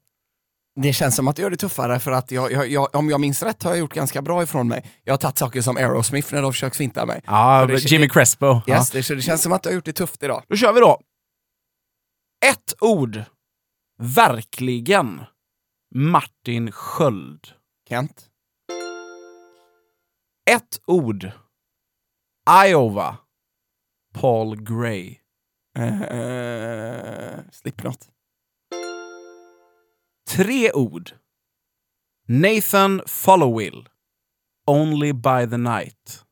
Speaker 2: Det känns som att du gör det tuffare för att jag, jag, jag, om jag minns rätt har jag gjort ganska bra ifrån mig. Jag har tagit saker som Aerosmith när de försökt finta mig.
Speaker 3: Ja,
Speaker 2: det-
Speaker 3: Jimmy Crespo.
Speaker 2: Yes,
Speaker 3: Ja.
Speaker 2: det, så det känns som att du har gjort det tufft idag.
Speaker 3: Då kör vi då. Ett ord. Verkligen. Martin Sköld.
Speaker 2: Kent?
Speaker 3: Ett ord. Iowa. Paul Gray.
Speaker 2: Eh, Uh, Slipknot?
Speaker 3: Tre ord. Nathan Followill. Only by the night.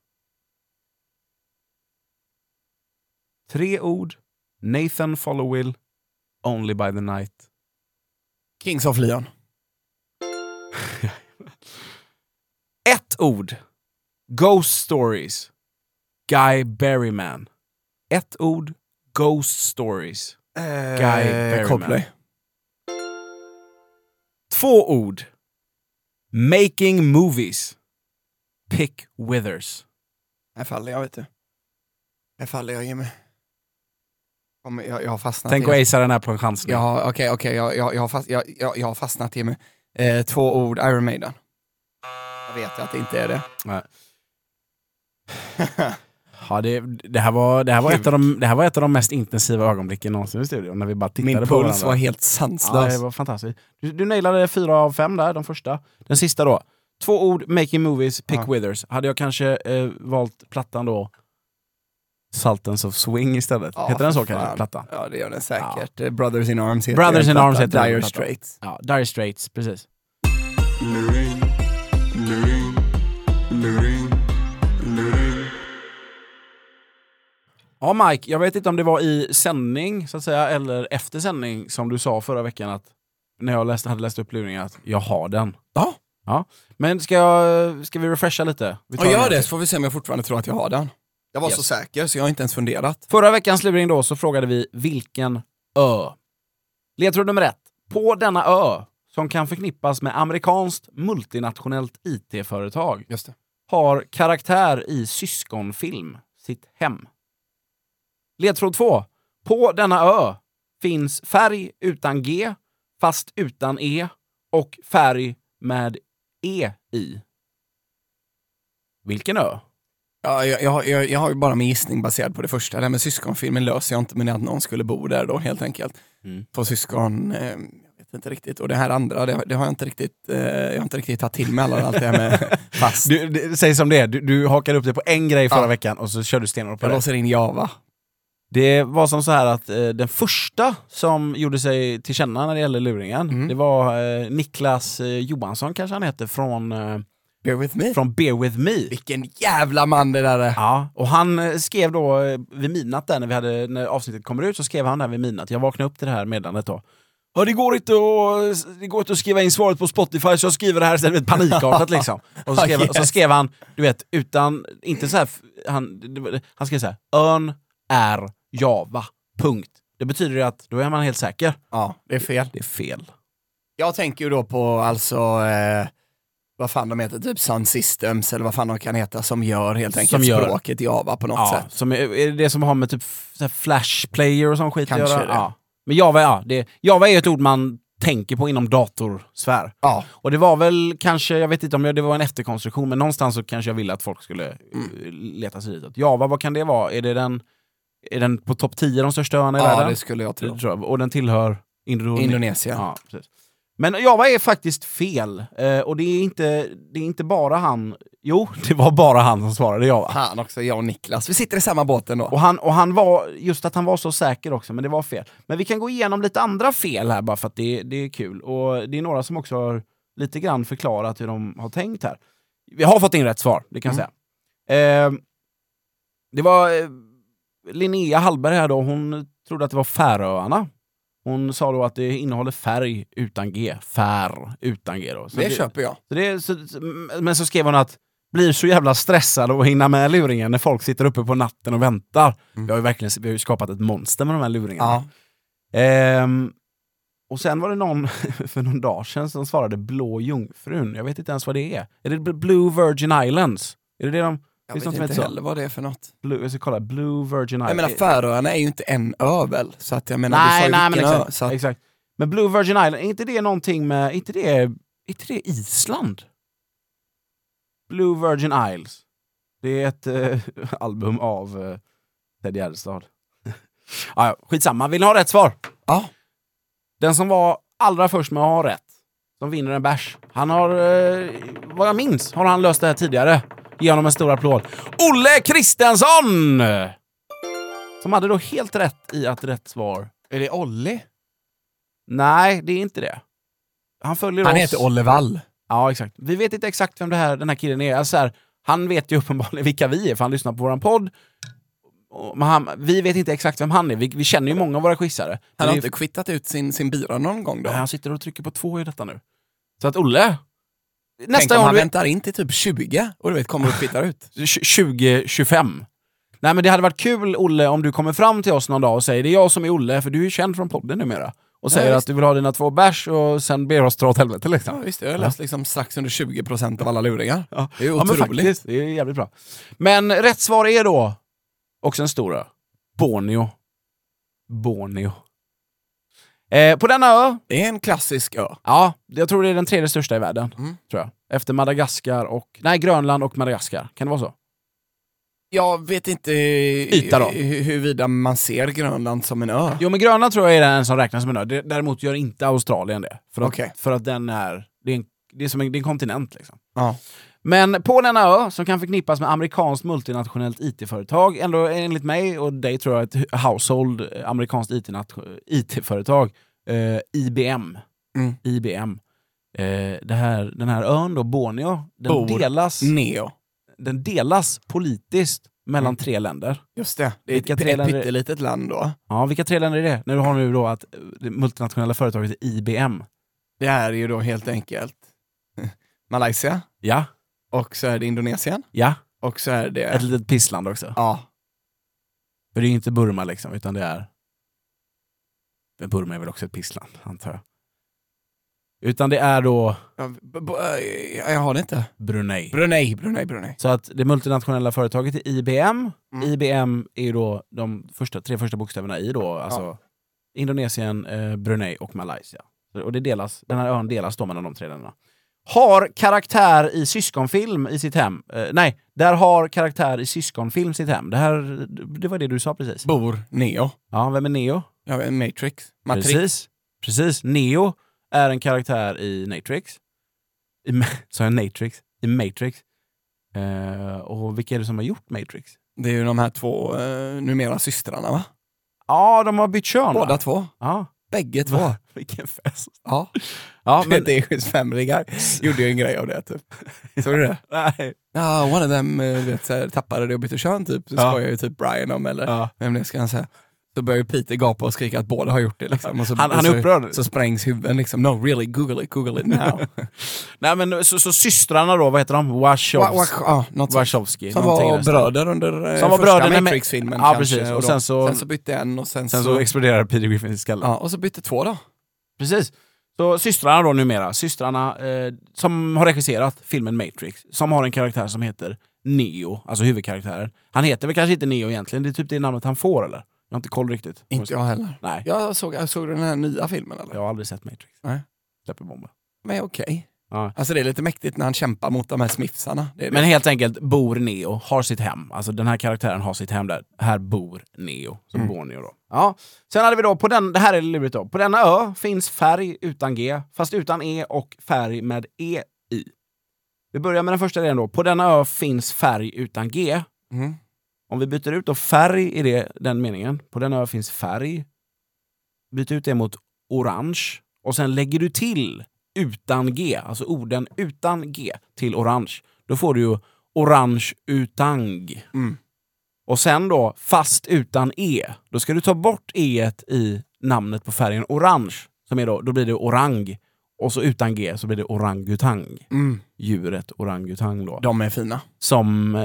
Speaker 3: Tre ord. Nathan Followill. Only by the night.
Speaker 2: Kings of Leon?
Speaker 3: Ett ord. Ghost Stories. Guy Berryman. Ett ord. Ghost Stories. Guy Berryman.
Speaker 2: Eh, Coldplay?
Speaker 3: Två ord. Making Movies. Pick Withers.
Speaker 2: Här faller jag vet du. Här faller jag Jimmy. Kommer- Jag, jag har fastnat
Speaker 3: Tänk
Speaker 2: i
Speaker 3: att acea den här på en chansning.
Speaker 2: Ja, okej, okej, jag, jag, jag, har fast, jag, jag, jag har fastnat Jimmy. Eh, två ord, Iron Maiden. Jag vet att det inte är det.
Speaker 3: Nej. Ja, det, det, här var, det, här var ett av de, det här var ett av de mest intensiva ögonblicken någonsin i studion. När vi bara tittade
Speaker 2: Min
Speaker 3: på
Speaker 2: puls
Speaker 3: varandra.
Speaker 2: var helt
Speaker 3: Ja,
Speaker 2: sanslös.
Speaker 3: det var fantastiskt. Du, du nailade fyra av fem där, de första. Den sista då. Två ord, Making Movies, Pick
Speaker 2: Ja.
Speaker 3: Withers. Hade jag kanske eh, valt plattan då, Sultans of Swing istället?
Speaker 2: Ja,
Speaker 3: Heter den
Speaker 2: för
Speaker 3: så kanske?
Speaker 2: fan.
Speaker 3: Plattan?
Speaker 2: Ja, det gör den säkert. Eh, Brothers in Arms heter
Speaker 3: Brothers
Speaker 2: den
Speaker 3: in
Speaker 2: plattan.
Speaker 3: Arms heter den
Speaker 2: Dire
Speaker 3: plattan.
Speaker 2: Straits.
Speaker 3: Ja, Dire Straits, precis. Ja, Mike, jag vet inte om det var i sändning, så att säga, eller efter sändning som du sa förra veckan att när jag läste, hade läst upp luringen att jag har den.
Speaker 2: Ja.
Speaker 3: ja. Men ska, jag, ska vi refresha lite? Vi tar
Speaker 2: Och
Speaker 3: den här.
Speaker 2: gör det så får vi se om jag fortfarande tror att jag har den. Jag var
Speaker 3: Yes.
Speaker 2: så säker så jag har inte ens funderat.
Speaker 3: Förra veckans luring då så frågade vi vilken ö? Ledtråd nummer ett. På denna ö, som kan förknippas med amerikanskt multinationellt IT-företag,
Speaker 2: Just det.
Speaker 3: har karaktär i syskonfilm sitt hem. Ledtråd 2. På denna ö finns färg utan G, fast utan E och färg med E i. Vilken ö?
Speaker 2: Ja, jag, jag, jag, jag har ju bara min gissning baserad på det första. Det här med syskonfilmen löser jag inte med att någon skulle bo där då helt enkelt.
Speaker 3: Mm.
Speaker 2: Två syskon, eh, jag vet inte riktigt. Och det här andra, det, det har jag inte riktigt, eh, jag har inte riktigt tagit till mig alla, allt det här med fast.
Speaker 3: Du, du, säg som det är, du, du hakade upp dig på en grej förra
Speaker 2: Ja.
Speaker 3: veckan och så körde du stenhårt på
Speaker 2: jag
Speaker 3: det.
Speaker 2: låser in Java.
Speaker 3: Det var som så här att eh, den första som gjorde sig till känna när det gäller luringen,
Speaker 2: Mm.
Speaker 3: det var eh, Niklas eh, Johansson kanske han hette, från, eh,
Speaker 2: Bear with me.
Speaker 3: från Bear With Me.
Speaker 2: Vilken jävla man det där är.
Speaker 3: Ja, och han eh, skrev då eh, vid midnatt där, när, vi hade, när avsnittet kommer ut, så skrev han där vid midnatt. Jag vaknade upp till det här meddelandet då. Ja, det går, inte att, det går inte att skriva in svaret på Spotify så jag skriver det här istället, panikartat liksom. Och så skrev, och så skrev han, du vet, utan, inte så här, f- han, det var- han skrev så här, ön är Java, punkt. Det betyder ju att då är man helt säker.
Speaker 2: Ja, det är fel.
Speaker 3: Det är fel.
Speaker 2: Jag tänker ju då på alltså, eh, vad fan de heter, typ Sun Systems eller vad fan de kan heta som gör helt
Speaker 3: Som
Speaker 2: enkelt
Speaker 3: gör.
Speaker 2: språket Java på något
Speaker 3: Ja,
Speaker 2: sätt.
Speaker 3: som är, är det det som har med typ f- så här flash player och sån skit
Speaker 2: Kanske
Speaker 3: att göra?
Speaker 2: det.
Speaker 3: Ja. Men Java, ja, det, Java är ju ett ord man tänker på inom datorsfär.
Speaker 2: Ja,
Speaker 3: Och det var väl kanske, jag vet inte om jag- det var en efterkonstruktion, men någonstans så kanske jag ville att folk skulle eh,
Speaker 2: Mm.
Speaker 3: leta sig ditåt. Java, vad kan det vara? Är det den, är den på topp 10 de största öarna i
Speaker 2: ja
Speaker 3: världen?
Speaker 2: det skulle jag tro.
Speaker 3: Det tror jag. Och den tillhör Indonesi-
Speaker 2: Indonesien.
Speaker 3: Ja, precis. Men Java är faktiskt fel. Eh, och det är, inte, det är inte bara han... Jo, det var bara han som svarade Java.
Speaker 2: Han också, jag och Niklas. Vi sitter i samma båt ändå.
Speaker 3: Och han, och han var, just att han var så säker också, men det var fel. Men vi kan gå igenom lite andra fel här bara för att det, det är kul. Och det är några som också har lite grann
Speaker 2: Mm.
Speaker 3: förklarat hur de har tänkt här. Vi har fått in rätt svar, det kan jag säga. Eh, Det var eh, Linnea Hallberg här då, hon trodde att det var Färöarna. Hon sa då att det innehåller färg utan G. Fär utan G då. Så
Speaker 2: det, köper jag.
Speaker 3: så det, så, så- men så skrev hon att blir så jävla stressad och hinna med luringen när folk sitter uppe på natten och väntar.
Speaker 2: Mm.
Speaker 3: Vi har ju verkligen vi har ju skapat ett monster med de här luringarna.
Speaker 2: Ja.
Speaker 3: Ehm, och sen var det någon för någon dag sedan som svarade Blå Jungfrun. Jag vet inte ens vad det är. Är det Bl- Blue Virgin Islands? Är det det de...
Speaker 2: Jag vet
Speaker 3: Finns något som
Speaker 2: inte
Speaker 3: heter så?
Speaker 2: heller vad det är för något.
Speaker 3: Blue, jag ska kolla. Blue Virgin Islands.
Speaker 2: Jag menar Färöarna är ju inte en ö väl? Så att jag menar,
Speaker 3: nej,
Speaker 2: du sa
Speaker 3: nej,
Speaker 2: ju
Speaker 3: men
Speaker 2: vilken ö.
Speaker 3: exakt,
Speaker 2: Så att,
Speaker 3: exakt. Men Blue Virgin Island, är inte det någonting med... Är inte det, är inte det Island? Blue Virgin Isles. Det är ett eh, album av eh, Ted Gärdestad. ah, ja, skitsamma, vill ni ha rätt svar?
Speaker 2: ja,
Speaker 3: Den som var allra först med att ha rätt, som vinner en bärs. Han har, eh, vad jag minns, har han löst det här tidigare. Ge honom en stor applåd. Olle Kristensson! Som hade då helt rätt i att rätt svar...
Speaker 2: är det Olli?
Speaker 3: Nej, det är inte det. Han följer
Speaker 2: Han
Speaker 3: oss.
Speaker 2: heter Olle Wall.
Speaker 3: Ja, exakt. Vi vet inte exakt vem det här, den här killen är. Alltså så här, han vet ju uppenbarligen vilka vi är, för han lyssnar på våran podd. Och- Men han, vi vet inte exakt vem han är. Vi, vi känner ju många av våra quizare. Men
Speaker 2: Han har
Speaker 3: det-
Speaker 2: inte kvittat ut sin, sin bira någon gång då?
Speaker 3: Nej, han sitter och trycker på två i detta nu. Så att Olle,
Speaker 2: Tänk
Speaker 3: nästa
Speaker 2: om
Speaker 3: gång
Speaker 2: han
Speaker 3: du
Speaker 2: väntar in till typ 20 och du vet, kommer och kvittar ut.
Speaker 3: 2025. Nej men det hade varit kul Olle om du kommer fram till oss någon dag och säger det är jag som är Olle, för du är ju känd från podden numera. Och säger att
Speaker 2: visst.
Speaker 3: du vill ha dina två bärs och sen ber oss dra åt helvete liksom.
Speaker 2: Ja, visst, jag har läst liksom strax under 20% av alla luringar.
Speaker 3: Ja.
Speaker 2: Det är ju
Speaker 3: Ja, men
Speaker 2: otroligt.
Speaker 3: faktiskt, det är jävligt bra. Men rätt svar är då, också en stora, Borneo. Borneo. Eh, på denna ö,
Speaker 2: det är en klassisk ö.
Speaker 3: ja, jag tror det är den tredje största i världen.
Speaker 2: Mm.
Speaker 3: Tror jag. Efter Madagaskar och, nej Grönland och Madagaskar. Kan det vara så?
Speaker 2: Jag vet inte
Speaker 3: Yta då.
Speaker 2: hu- huruvida man ser Grönland som en ö.
Speaker 3: Jo men Grönland tror jag är den som räknas som en ö. Det- Däremot gör inte Australien det. För att,
Speaker 2: Okej.
Speaker 3: för att den är, det är, en, det är som en, det är en kontinent liksom.
Speaker 2: Ja.
Speaker 3: Men på denna ö, som kan förknippas med amerikanskt multinationellt IT-företag, ändå enligt mig och dig tror jag ett household eh, amerikanskt IT-nat- IT-företag, eh, IBM.
Speaker 2: Mm.
Speaker 3: IBM. Eh, det här, den här ön då, Borneo, den,
Speaker 2: Bor.
Speaker 3: delas,
Speaker 2: Neo.
Speaker 3: den delas politiskt mellan
Speaker 2: Mm.
Speaker 3: tre länder.
Speaker 2: Just det. Det är
Speaker 3: Vilka
Speaker 2: ett,
Speaker 3: tre
Speaker 2: ett
Speaker 3: länder-
Speaker 2: pyttelitet land då.
Speaker 3: Ja, vilka tre länder är det? När du har nu då att eh, det multinationella företaget är IBM.
Speaker 2: Det är ju då helt enkelt Malaysia,
Speaker 3: Ja,
Speaker 2: och så är det Indonesien,
Speaker 3: ja.
Speaker 2: och så är det...
Speaker 3: Ett litet pissland också.
Speaker 2: Ja.
Speaker 3: För det är ju inte Burma liksom, utan det är... Men Burma är väl också ett pissland, antar jag. Utan det är då
Speaker 2: Ja, b- b- eh, Jag har det inte.
Speaker 3: Brunei.
Speaker 2: Brunei, Brunei, Brunei.
Speaker 3: Så att det multinationella företaget är IBM.
Speaker 2: Mm.
Speaker 3: IBM är ju då de första, tre första bokstäverna i då, alltså Indonesien, eh, Brunei och Malaysia. Och det delas, den här ön delas då mellan de tre länderna. Har karaktär i syskonfilm i sitt hem. Eh, nej, där har karaktär i syskonfilm sitt hem. Det, här, det var det du sa precis.
Speaker 2: Bor Neo.
Speaker 3: Ja, vem är Neo?
Speaker 2: Ja, Matrix. Matrix.
Speaker 3: Precis. Precis. Neo är en karaktär i Matrix. I, Ma- sa jag Matrix? I Matrix. Eh, och vilka är det som har gjort Matrix?
Speaker 2: Det är ju de här två eh, numera systrarna va?
Speaker 3: Ja, de har bytt kön
Speaker 2: Båda
Speaker 3: va?
Speaker 2: två.
Speaker 3: Ja.
Speaker 2: Bägge två.
Speaker 3: Vilken fest.
Speaker 2: Ja.
Speaker 3: Ja, men...
Speaker 2: Men... Det är ju Family Guy. Gjorde ju en grej av det typ. Såg du det?
Speaker 3: Nej.
Speaker 2: Ja, one of them eh, du vet, så här, tappade det och bytte kön typ. Så
Speaker 3: Ja.
Speaker 2: skojar ju typ Brian om eller
Speaker 3: Ja.
Speaker 2: vem det ska han säga. Så börjar ju Peter gapa och skrika att båda har gjort det liksom. Och så,
Speaker 3: Han- han är
Speaker 2: och så,
Speaker 3: upprörd.
Speaker 2: Så sprängs huvuden liksom. No really, google it, google it now.
Speaker 3: Nej, men så, så systrarna då, vad heter de?
Speaker 2: Wa-
Speaker 3: Wachowski.
Speaker 2: wa- ja, något sånt.
Speaker 3: Wachowski.
Speaker 2: Som
Speaker 3: någonting i
Speaker 2: var
Speaker 3: den stilen.
Speaker 2: bröder under eh,
Speaker 3: Som var
Speaker 2: första
Speaker 3: bröderna med-
Speaker 2: Matrix-filmen.
Speaker 3: Ja,
Speaker 2: kanske,
Speaker 3: precis. Och
Speaker 2: då.
Speaker 3: sen så-
Speaker 2: sen så bytte en och sen,
Speaker 3: Sen så exploderar Peter Griffin i skallen.
Speaker 2: Ja, och så bytte två då.
Speaker 3: Precis. Så systrarna då numera, systrarna eh, som har regisserat filmen Matrix, som har en karaktär som heter Neo, alltså huvudkaraktären. Han heter väl kanske inte Neo egentligen, det är typ det namnet han får eller? Jag har inte koll riktigt.
Speaker 2: Inte jag heller.
Speaker 3: Nej,
Speaker 2: Jag såg, jag såg den här nya filmen eller?
Speaker 3: jag har aldrig sett Matrix.
Speaker 2: Nej.
Speaker 3: Släpper bomben.
Speaker 2: Men okej.
Speaker 3: Ja.
Speaker 2: Alltså det är lite mäktigt när han kämpar mot de här smifsarna. Det är det.
Speaker 3: Men helt enkelt, bor Neo, har sitt hem. Alltså den här karaktären har sitt hem där. Här bor Neo, som
Speaker 2: Mm.
Speaker 3: bor Neo då. Ja. Sen hade vi då, på den, det här är lurigt då. På denna ö finns färg utan G, fast utan E och färg med E i. Vi börjar med den första delen då. På denna ö finns färg utan G.
Speaker 2: Mm.
Speaker 3: Om vi byter ut då färg i det, den meningen, på den ö finns färg. Byt ut det mot orange och sen lägger du till utan G, alltså orden utan G till orange. Då får du ju orange utang.
Speaker 2: Mm.
Speaker 3: Och sen då, fast utan E. Då ska du ta bort E i namnet på färgen orange. Som är då, då blir det orang. Och så utan G så blir det orangutang.
Speaker 2: Mm.
Speaker 3: Djuret orangutang då.
Speaker 2: De är fina.
Speaker 3: Som eh,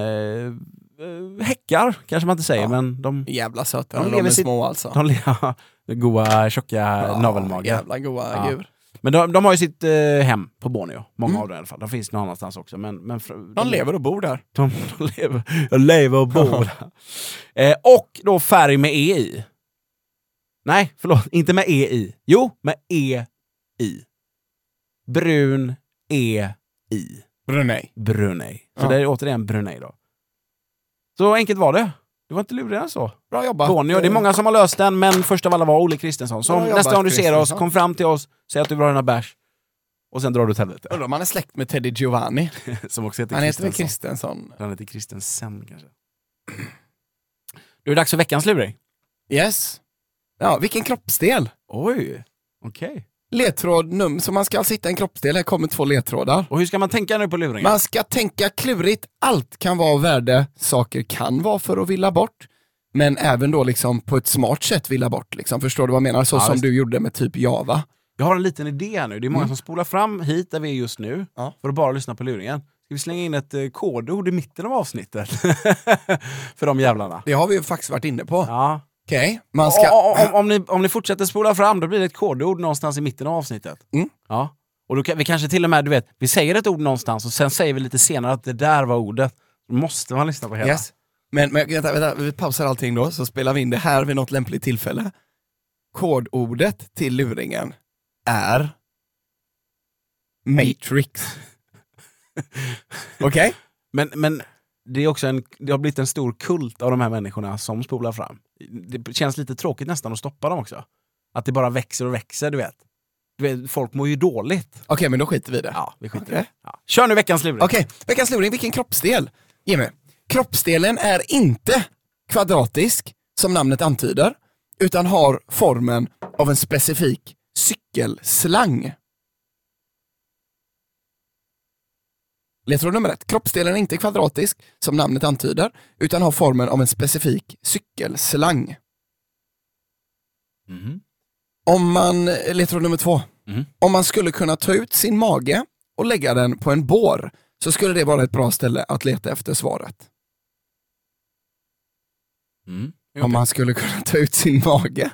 Speaker 3: eh, häckar, kanske man inte säger,
Speaker 2: Ja.
Speaker 3: men de,
Speaker 2: Jävla söta.
Speaker 3: De
Speaker 2: De, de
Speaker 3: lever
Speaker 2: är
Speaker 3: sitt-
Speaker 2: små alltså.
Speaker 3: de lever goa, tjocka navelmagar.
Speaker 2: Jävla goa
Speaker 3: Ja.
Speaker 2: djur.
Speaker 3: Men de, de har ju sitt eh, hem på Borneo, många
Speaker 2: Mm.
Speaker 3: av dem i alla fall. De finns någon annanstans också. Men, men fr-
Speaker 2: De lever och bor där.
Speaker 3: De, de lever, de lever och bor där. eh, Och då färg med E i. Nej, förlåt. Inte med E i. Jo, med E i. Brun E i.
Speaker 2: Brunei.
Speaker 3: Brunei. Så
Speaker 2: Ja.
Speaker 3: det är återigen Brunei då. Så enkelt var det. Det var inte lurigare än så.
Speaker 2: Bra jobbat.
Speaker 3: Borneo, det är många som har löst den, men först av alla var Olle Kristensson. Så
Speaker 2: Bra
Speaker 3: om-
Speaker 2: jobbat,
Speaker 3: nästa gång du ser oss,
Speaker 2: Kristensson.
Speaker 3: kom fram till oss, säg att du vill ha dina bärs. Och sen drar du åt helvete.
Speaker 2: Undrar om han är släkt med Teddy Giovanni.
Speaker 3: Som också heter
Speaker 2: Han heter väl
Speaker 3: Kristensson.
Speaker 2: Kristensson?
Speaker 3: Han heter Kristensen kanske. Då är det dags för veckans luring.
Speaker 2: Yes. Ja, vilken kroppsdel.
Speaker 3: Oj, okej.
Speaker 2: Ledtråd num, så man ska alltså hitta en kroppsdel, här kommer två ledtrådar.
Speaker 3: Och hur ska man tänka nu på luringen?
Speaker 2: Man ska tänka klurigt, allt kan vara av värde, saker kan vara för att villa bort. Men även då liksom på ett smart sätt villa bort, liksom. förstår du vad jag menar? Så
Speaker 3: Ja,
Speaker 2: som
Speaker 3: visst.
Speaker 2: du gjorde med typ Java.
Speaker 3: Jag har en liten idé här nu. Det är många
Speaker 2: Mm.
Speaker 3: som spolar fram hit där vi är just nu
Speaker 2: Ja.
Speaker 3: för att bara lyssna på luringen. Ska vi slänga in ett eh, kodord i mitten av avsnittet? för de jävlarna.
Speaker 2: Det har vi ju faktiskt varit inne på.
Speaker 3: Ja.
Speaker 2: Okej, man
Speaker 3: O-
Speaker 2: ska...
Speaker 3: o- Om, om, ni, om ni fortsätter spola fram, då blir det ett kodord någonstans i mitten av avsnittet.
Speaker 2: Mm.
Speaker 3: Ja. Och då kan, vi kanske till och med, du vet, vi säger ett ord någonstans och sen säger vi lite senare att det där var ordet. Då måste man lyssna på hela.
Speaker 2: Yes. Men, men vänta, vänta, vi pausar allting då, så spelar vi in det här vid något lämpligt tillfälle. Kodordet till luringen är Matrix. Okej?
Speaker 3: Men, men det, är också en, det har blivit en stor kult av de här människorna som spolar fram. Det känns lite tråkigt nästan att stoppa dem också. Att det bara växer och växer, du vet. Du vet folk mår ju dåligt.
Speaker 2: Okej, men då skiter vi i det.
Speaker 3: Ja, vi skiter i det.
Speaker 2: Okej.
Speaker 3: Ja. Kör nu veckans luring.
Speaker 2: Okej, veckans luring, vilken kroppsdel? Jimmy, kroppsdelen är inte kvadratisk, som namnet antyder, utan har formen av en specifik cykelslang. Ledtråd nummer ett. Kroppsdelen är inte kvadratisk, som namnet antyder, utan har formen av en specifik cykelslang.
Speaker 3: Mhm.
Speaker 2: Om man, ledtråd nummer två.
Speaker 3: Mhm.
Speaker 2: Om man skulle kunna ta ut sin mage och lägga den på en bår så skulle det vara ett bra ställe att leta efter svaret.
Speaker 3: Mm.
Speaker 2: Om man skulle kunna ta ut sin mage.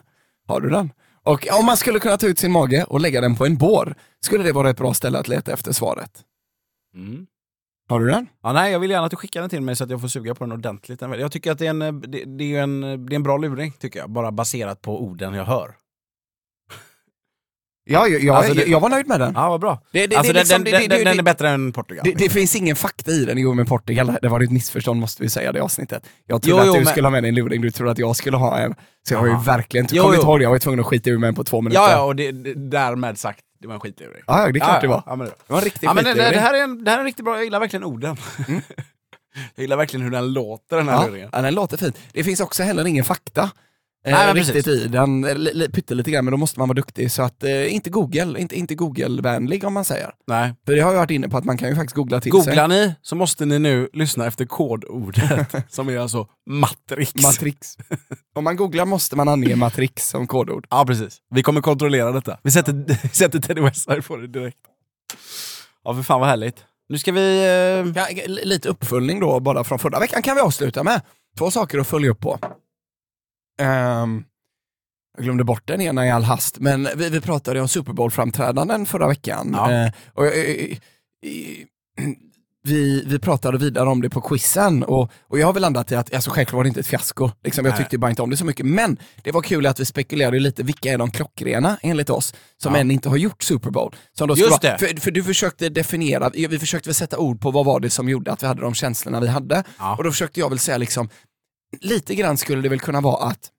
Speaker 2: Har du den? Och om man skulle kunna ta ut sin mage och lägga den på en bår skulle det vara ett bra ställe att leta efter svaret.
Speaker 3: Mm.
Speaker 2: Har du den?
Speaker 3: Ja, nej, jag vill gärna att du skickar den till mig så att jag får suga på den ordentligt. Jag tycker att det är en, eh, det, det är ju en, eh, det är en bra luring, tycker jag. Bara baserat på orden jag hör.
Speaker 2: Ja, jag, jag,
Speaker 3: Alltså, det-
Speaker 2: jag, jag var nöjd med den.
Speaker 3: Ja, vad bra.
Speaker 2: Det, det,
Speaker 3: Alltså,
Speaker 2: det,
Speaker 3: den-
Speaker 2: liksom,
Speaker 3: den
Speaker 2: det, det,
Speaker 3: den-
Speaker 2: det,
Speaker 3: den är
Speaker 2: det,
Speaker 3: bättre än Portugal.
Speaker 2: det, det finns ingen fakta i den igår med Portugal. Det var ett missförstånd måste vi säga det avsnittet. Jag trodde
Speaker 3: Jo, jo,
Speaker 2: att du
Speaker 3: men-
Speaker 2: skulle ha med dig en luring, du trodde att jag skulle ha en. Så jag har ju
Speaker 3: Aha.
Speaker 2: verkligen inte
Speaker 3: Jo,
Speaker 2: kommit
Speaker 3: jo.
Speaker 2: ihåg det, jag var ju tvungen att skita ur mig en på två minuter.
Speaker 3: Ja, ja, och det, det, därmed sagt, det var en skitluring.
Speaker 2: Ja, ja, det är klart det var.
Speaker 3: Liksom. Ja, men det,
Speaker 2: Det var en riktig
Speaker 3: ja, men det, det,
Speaker 2: skitluring. Mm.
Speaker 3: det, här är en, det här är en riktigt bra, jag gillar verkligen orden. jag gillar verkligen hur den låter, den här
Speaker 2: ja,
Speaker 3: luringen.
Speaker 2: ja, den låter fint. Det finns också heller ingen fakta eh,
Speaker 3: Nej, men
Speaker 2: riktigt
Speaker 3: precis.
Speaker 2: i den. Eh, li- li- Pyttelite grann, men då måste man vara duktig. Så att, eh, inte Google, inte, inte Google-vänlig om man säger.
Speaker 3: Nej.
Speaker 2: För det har jag varit inne på att man kan ju faktiskt googla till sig.
Speaker 3: Googlar ni så måste ni nu lyssna efter kodordet, som är alltså matrix.
Speaker 2: Matrix. om man googlar måste man ange matrix som kodord.
Speaker 3: ja, precis. Vi kommer kontrollera detta. Vi sätter, vi sätter Teddy Westside på det direkt. Ja, för fan vad härligt. Nu ska vi... Eh,
Speaker 2: Ja, l- lite uppföljning då, bara från förra veckan kan vi avsluta med. Två saker att följa upp på. Ehm, jag glömde bort den ena i all hast, men vi, vi pratade ju om Super Bowl-framträdanden förra veckan.
Speaker 3: Ja.
Speaker 2: Eh, och, eh, eh, eh, vi, vi pratade vidare om det på quizen och, och jag har väl landat i att, alltså självklart var det inte ett fiasko, liksom, jag
Speaker 3: Nej.
Speaker 2: tyckte bara inte om det så mycket, men det var kul att vi spekulerade ju lite, vilka är de klockrena enligt oss, som
Speaker 3: Ja.
Speaker 2: än inte har gjort Super Bowl? Som då skulle
Speaker 3: Just
Speaker 2: vara-
Speaker 3: det.
Speaker 2: För, för du försökte definiera, vi försökte väl sätta ord på vad var det som gjorde att vi hade de känslorna vi hade.
Speaker 3: Ja.
Speaker 2: Och då försökte jag väl säga liksom, lite grann skulle det väl kunna vara att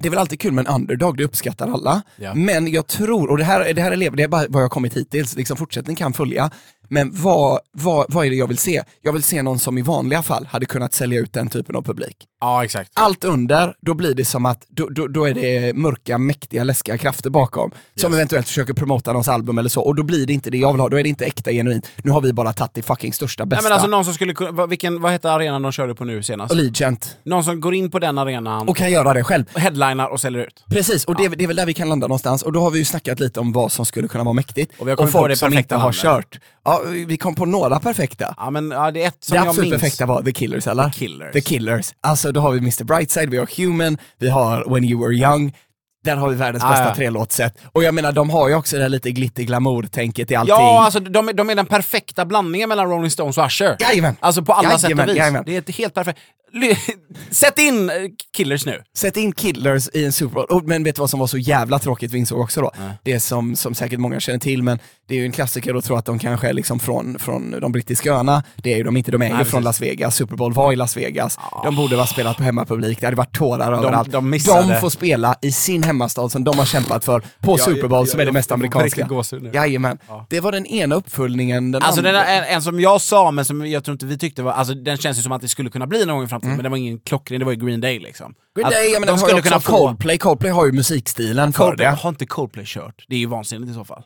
Speaker 2: det är väl alltid kul med en underdog, det uppskattar alla.
Speaker 3: Ja.
Speaker 2: Men jag tror, och det här, det här är, lev- det är bara vad jag har kommit hittills, liksom fortsättning kan följa, Men vad, vad, vad är det jag vill se? Jag vill se någon som i vanliga fall hade kunnat sälja ut den typen av publik.
Speaker 3: Ja, exakt.
Speaker 2: Allt under, då blir det som att då, då, då är det mörka, mäktiga, läskiga krafter bakom som eventuellt försöker promota någons album eller så och då blir det inte det jag vill ha, då är det inte äkta, genuint. Nu har vi bara tagit det fucking största, bästa.
Speaker 3: Nej, men alltså någon som skulle kunna, vad- vilken, vad hette arenan de körde på nu senast?
Speaker 2: Allegiant
Speaker 3: Någon som går in på den arenan,
Speaker 2: och kan göra det själv.
Speaker 3: headlinar och säljer ut.
Speaker 2: Precis, och det, är- det är väl där vi kan landa någonstans. Och då har vi ju snackat lite om vad som skulle kunna vara mäktigt.
Speaker 3: Och vi har kommit på
Speaker 2: folk
Speaker 3: det
Speaker 2: som inte
Speaker 3: perfekta
Speaker 2: har
Speaker 3: namnet.
Speaker 2: kört. Ja, vi kom på några perfekta.
Speaker 3: Ja, men ja, det är ett som
Speaker 2: det
Speaker 3: jag
Speaker 2: absolut
Speaker 3: minns.
Speaker 2: perfekta var The Killers eller?
Speaker 3: The Killers.
Speaker 2: The Killers. Alltså då har vi Mr Brightside, vi har Human, vi har When You Were Young. Där har vi världens
Speaker 3: Ah,
Speaker 2: bästa
Speaker 3: ja.
Speaker 2: trelåtssätt. Och jag menar, de har ju också det här lite glitter glamour-tänket i allting.
Speaker 3: Ja, alltså de, är- de är den perfekta blandningen mellan Rolling Stones och Usher.
Speaker 2: Jajamän.
Speaker 3: Alltså på alla sätt
Speaker 2: Jajamän,
Speaker 3: och vis.
Speaker 2: jajamän.
Speaker 3: Det är ett helt perfekt... Ly- Sätt in eh, Killers nu.
Speaker 2: Sätt in Killers i en Super Bowl. Och- Men vet du vad som var så jävla tråkigt vi insåg också då? Det som, som säkert många känner till, men det är ju en klassiker att tro att de kanske är liksom från, från de brittiska öarna. Det är ju de inte, de är ju
Speaker 3: precis.
Speaker 2: från Las Vegas. Super Bowl var i Las Vegas. De borde ha spelat på hemmapublik, det hade varit tårar överallt.
Speaker 3: de missade.
Speaker 2: de får spela i sin hemmastad som de har kämpat för, på Super Bowl
Speaker 3: jag-
Speaker 2: som är det
Speaker 3: jag-
Speaker 2: mest
Speaker 3: jag får på riktigt
Speaker 2: amerikanska.
Speaker 3: gåshud nu.
Speaker 2: Jajamän. Det var den ena uppföljningen. Den
Speaker 3: Alltså
Speaker 2: andra...
Speaker 3: den är en som jag sa, men som jag tror inte vi tyckte var... Alltså den känns ju som att det skulle kunna bli någon gång i framtiden, men det var ingen klockren, det var ju Green Day liksom.
Speaker 2: Mm. Green
Speaker 3: Att
Speaker 2: Day, ja, men de skulle kunna Coldplay. Coldplay har ju musikstilen för
Speaker 3: Coldplay,
Speaker 2: det.
Speaker 3: har inte Coldplay kört? Det är ju vansinnigt i så fall.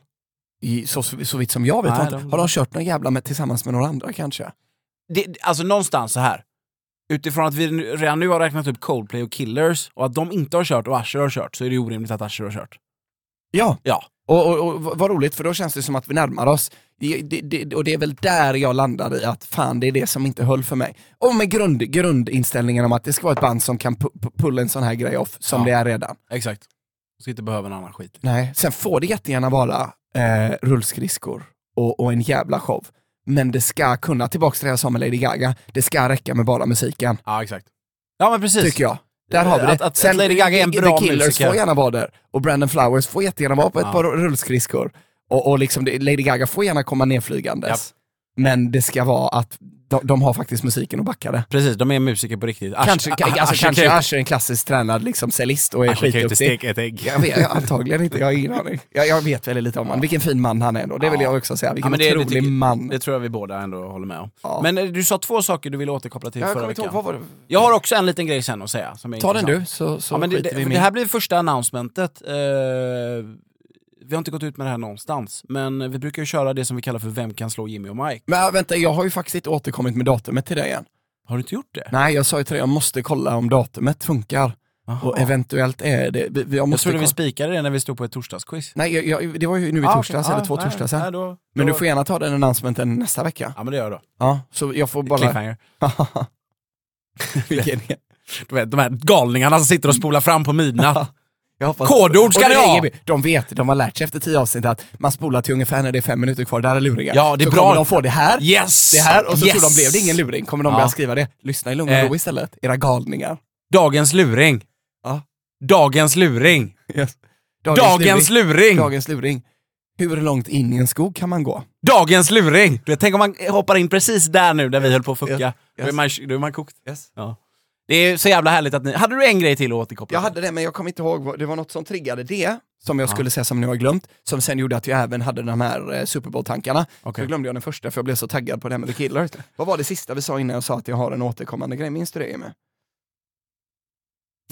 Speaker 2: I, så, så vitt som jag vet
Speaker 3: Nej,
Speaker 2: har inte-
Speaker 3: de-
Speaker 2: har de kört någon jävla med, tillsammans med några andra kanske?
Speaker 3: det, det- alltså någonstans så här. Utifrån att vi nu- redan nu har räknat upp Coldplay och Killers och att de inte har kört och Usher har kört så är det ju orimligt att Usher har kört.
Speaker 2: Ja,
Speaker 3: Ja.
Speaker 2: och, och, och vad- vad roligt för då känns det som att vi närmar oss. Det, det, det, och det är väl där jag landar i att fan det är det som inte höll för mig. Och med grund, grundinställningen om att det ska vara ett band som kan pu- pu- pulla en sån här grej off som
Speaker 3: Ja.
Speaker 2: det är redan.
Speaker 3: Exakt. Ska inte behöva en annan skit.
Speaker 2: Nej, sen får det jättegärna vara eh, rullskridskor och, och en jävla show. Men det ska kunna, tillbaks till det jag sa med Lady Gaga, det ska räcka med bara musiken.
Speaker 3: Ja, exakt. Ja, men precis.
Speaker 2: Tycker jag. Där har vi det.
Speaker 3: Att- att- att Lady Gaga är en
Speaker 2: The-
Speaker 3: bra
Speaker 2: The Killers
Speaker 3: musiker.
Speaker 2: får gärna vara där. Och Brandon Flowers får jättegärna vara på ett par rullskridskor. Och, och liksom det, Lady Gaga får gärna komma nerflygandes.
Speaker 3: Japp.
Speaker 2: Men det ska vara att de, de har faktiskt musiken att backa det.
Speaker 3: Precis, de är musiker på riktigt. Usher-
Speaker 2: Kanske,
Speaker 3: Usher
Speaker 2: alltså,
Speaker 3: kan
Speaker 2: kanske
Speaker 3: ju-
Speaker 2: Usher är en klassiskt tränad liksom, cellist och är
Speaker 3: Usher kan ju inte
Speaker 2: skitduktig.
Speaker 3: steka ett ägg.
Speaker 2: Jag vet, jag, antagligen inte, jag har ingen aning. Jag, jag vet väldigt lite om honom. Vilken fin man han är ändå, det vill jag också säga. Vilken
Speaker 3: men det- det
Speaker 2: otrolig
Speaker 3: tycker-
Speaker 2: man.
Speaker 3: Det tror jag vi båda ändå håller med om.
Speaker 2: Ja.
Speaker 3: Men eh, du sa två saker du ville återkoppla till
Speaker 2: jag
Speaker 3: förra
Speaker 2: kommer inte
Speaker 3: veckan.
Speaker 2: ihåg, vad var det?
Speaker 3: Jag har också en liten grej sen att säga. Som är
Speaker 2: Ta den
Speaker 3: intressant.
Speaker 2: du, så, så
Speaker 3: Ja, men det,
Speaker 2: skiter vi i
Speaker 3: det,
Speaker 2: min.
Speaker 3: det här blir första announcementet. Eh, vi har inte gått ut med det här någonstans, men vi brukar ju köra det som vi kallar för Vem kan slå Jimmy och Mike?
Speaker 2: Men äh, vänta, jag har ju faktiskt inte återkommit med datumet till dig än.
Speaker 3: Har du inte gjort det?
Speaker 2: Nej, jag sa ju till dig, jag måste kolla om datumet funkar.
Speaker 3: Jaha.
Speaker 2: Och eventuellt är det... Vi, vi, jag
Speaker 3: jag
Speaker 2: måste
Speaker 3: trodde vi
Speaker 2: kolla-
Speaker 3: spikade det när vi stod på ett torsdagsquiz.
Speaker 2: Nej, jag, jag, det var ju nu i
Speaker 3: Ah, okej.
Speaker 2: torsdags, eller
Speaker 3: Ah,
Speaker 2: två
Speaker 3: nej,
Speaker 2: torsdagar sedan.
Speaker 3: nej, då-
Speaker 2: Men
Speaker 3: då-
Speaker 2: du får gärna ta den announcementen nästa vecka.
Speaker 3: Ja men det gör jag då.
Speaker 2: Ja, så jag får bara...
Speaker 3: Cliffhanger.
Speaker 2: Vilken...
Speaker 3: Du vet, de här galningarna som sitter och spolar fram på midnatt.
Speaker 2: Jag hoppas...
Speaker 3: Kodord
Speaker 2: Och
Speaker 3: ska
Speaker 2: då
Speaker 3: ni ha!
Speaker 2: ringer vi. De vet, de har lärt sig efter tio avsnitt att man spolar till ungefär när det är fem minuter kvar, där är luringar.
Speaker 3: Ja, det är
Speaker 2: så
Speaker 3: bra.
Speaker 2: kommer de få det här,
Speaker 3: Yes!
Speaker 2: det här och så
Speaker 3: yes!
Speaker 2: tror de blev det ingen luring. Kommer de
Speaker 3: Ja.
Speaker 2: börja skriva det? Lyssna i lugn och
Speaker 3: Eh.
Speaker 2: ro istället, era galningar.
Speaker 3: Dagens luring.
Speaker 2: Ja.
Speaker 3: Dagens luring. Dagens luring.
Speaker 2: Dagens luring. Hur långt in i en skog kan man gå?
Speaker 3: Dagens luring! Du vet, tänk om man hoppar in precis där nu där vi höll på att fucka. Då, är man, då är man kokt. Ja. Det är så jävla härligt att ni... Hade du en grej till att återkoppla?
Speaker 2: Jag hade det, men jag kommer inte ihåg. vad- Det var något som triggade det, som jag skulle säga som nu har glömt, som sen gjorde att jag även hade de här eh, Super Bowl-tankarna.
Speaker 3: Okej.
Speaker 2: Så glömde jag den första för jag blev så taggad på det här med The Killers. Vad var det sista vi sa innan jag sa att jag har en återkommande grej? Minns du det Jimmy?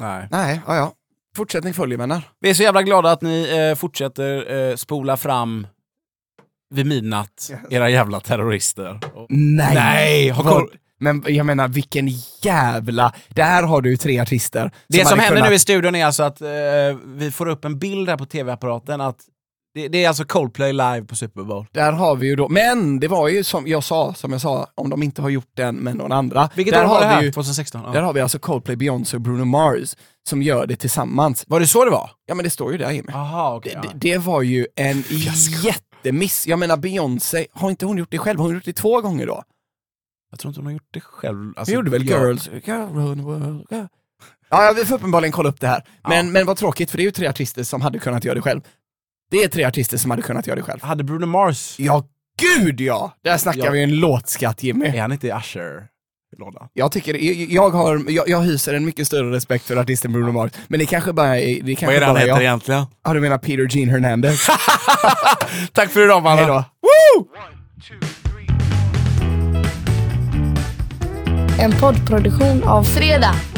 Speaker 3: Nej.
Speaker 2: Nej, ja, ja. Fortsättning följer vänner.
Speaker 3: Vi är så jävla glada att ni eh, fortsätter eh, spola fram vid midnatt,
Speaker 2: Yes.
Speaker 3: era jävla terrorister. Och-
Speaker 2: Nej!
Speaker 3: Nej, har
Speaker 2: Vad-
Speaker 3: koll-
Speaker 2: Men jag menar vilken jävla... Där har du tre artister.
Speaker 3: Det som,
Speaker 2: hade
Speaker 3: händer
Speaker 2: kunnat-
Speaker 3: nu i studion är alltså att eh, vi får upp en bild här på tv-apparaten att det, det är alltså Coldplay live på Super Bowl.
Speaker 2: Där har vi ju då, men det var ju som jag sa, som jag sa, om de inte har gjort den med någon andra.
Speaker 3: Vilket
Speaker 2: där
Speaker 3: år var
Speaker 2: har
Speaker 3: det här?
Speaker 2: Vi ju,
Speaker 3: 2016? Ja.
Speaker 2: där har vi alltså Coldplay, Beyoncé och Bruno Mars som gör det tillsammans.
Speaker 3: Var det så det var?
Speaker 2: Ja men det står ju där Jimmy.
Speaker 3: Jaha, okej.
Speaker 2: Det,
Speaker 3: ja.
Speaker 2: det var ju en jättemiss. Jag menar Beyoncé, har inte hon gjort det själv? Har hon gjort det två gånger då?
Speaker 3: Jag tror inte hon har gjort det själv.
Speaker 2: Hon
Speaker 3: Alltså,
Speaker 2: gjorde väl
Speaker 3: jag-
Speaker 2: Girls, Girl Run the World, girl. Ja, ja, vi får uppenbarligen kolla upp det här. Men, men vad tråkigt, för det är ju tre artister som hade kunnat göra det själv. Det är tre artister som hade kunnat göra det själv.
Speaker 3: Hade Bruno Mars...
Speaker 2: Ja, gud ja! Där snackar
Speaker 3: Ja.
Speaker 2: vi en låtskatt Jimmy.
Speaker 3: Är han inte i Usher-lådan?
Speaker 2: Jag, tycker, jag, jag, har, jag, jag hyser en mycket större respekt för artisten Bruno Mars, men det kanske bara är... Det kanske bara jag.
Speaker 3: egentligen?
Speaker 2: Ja, du menar Peter Gene Hernandez?
Speaker 3: Tack för idag mannen!
Speaker 2: Hejdå.
Speaker 3: Woo!
Speaker 5: One, two, En poddproduktion av Fredag.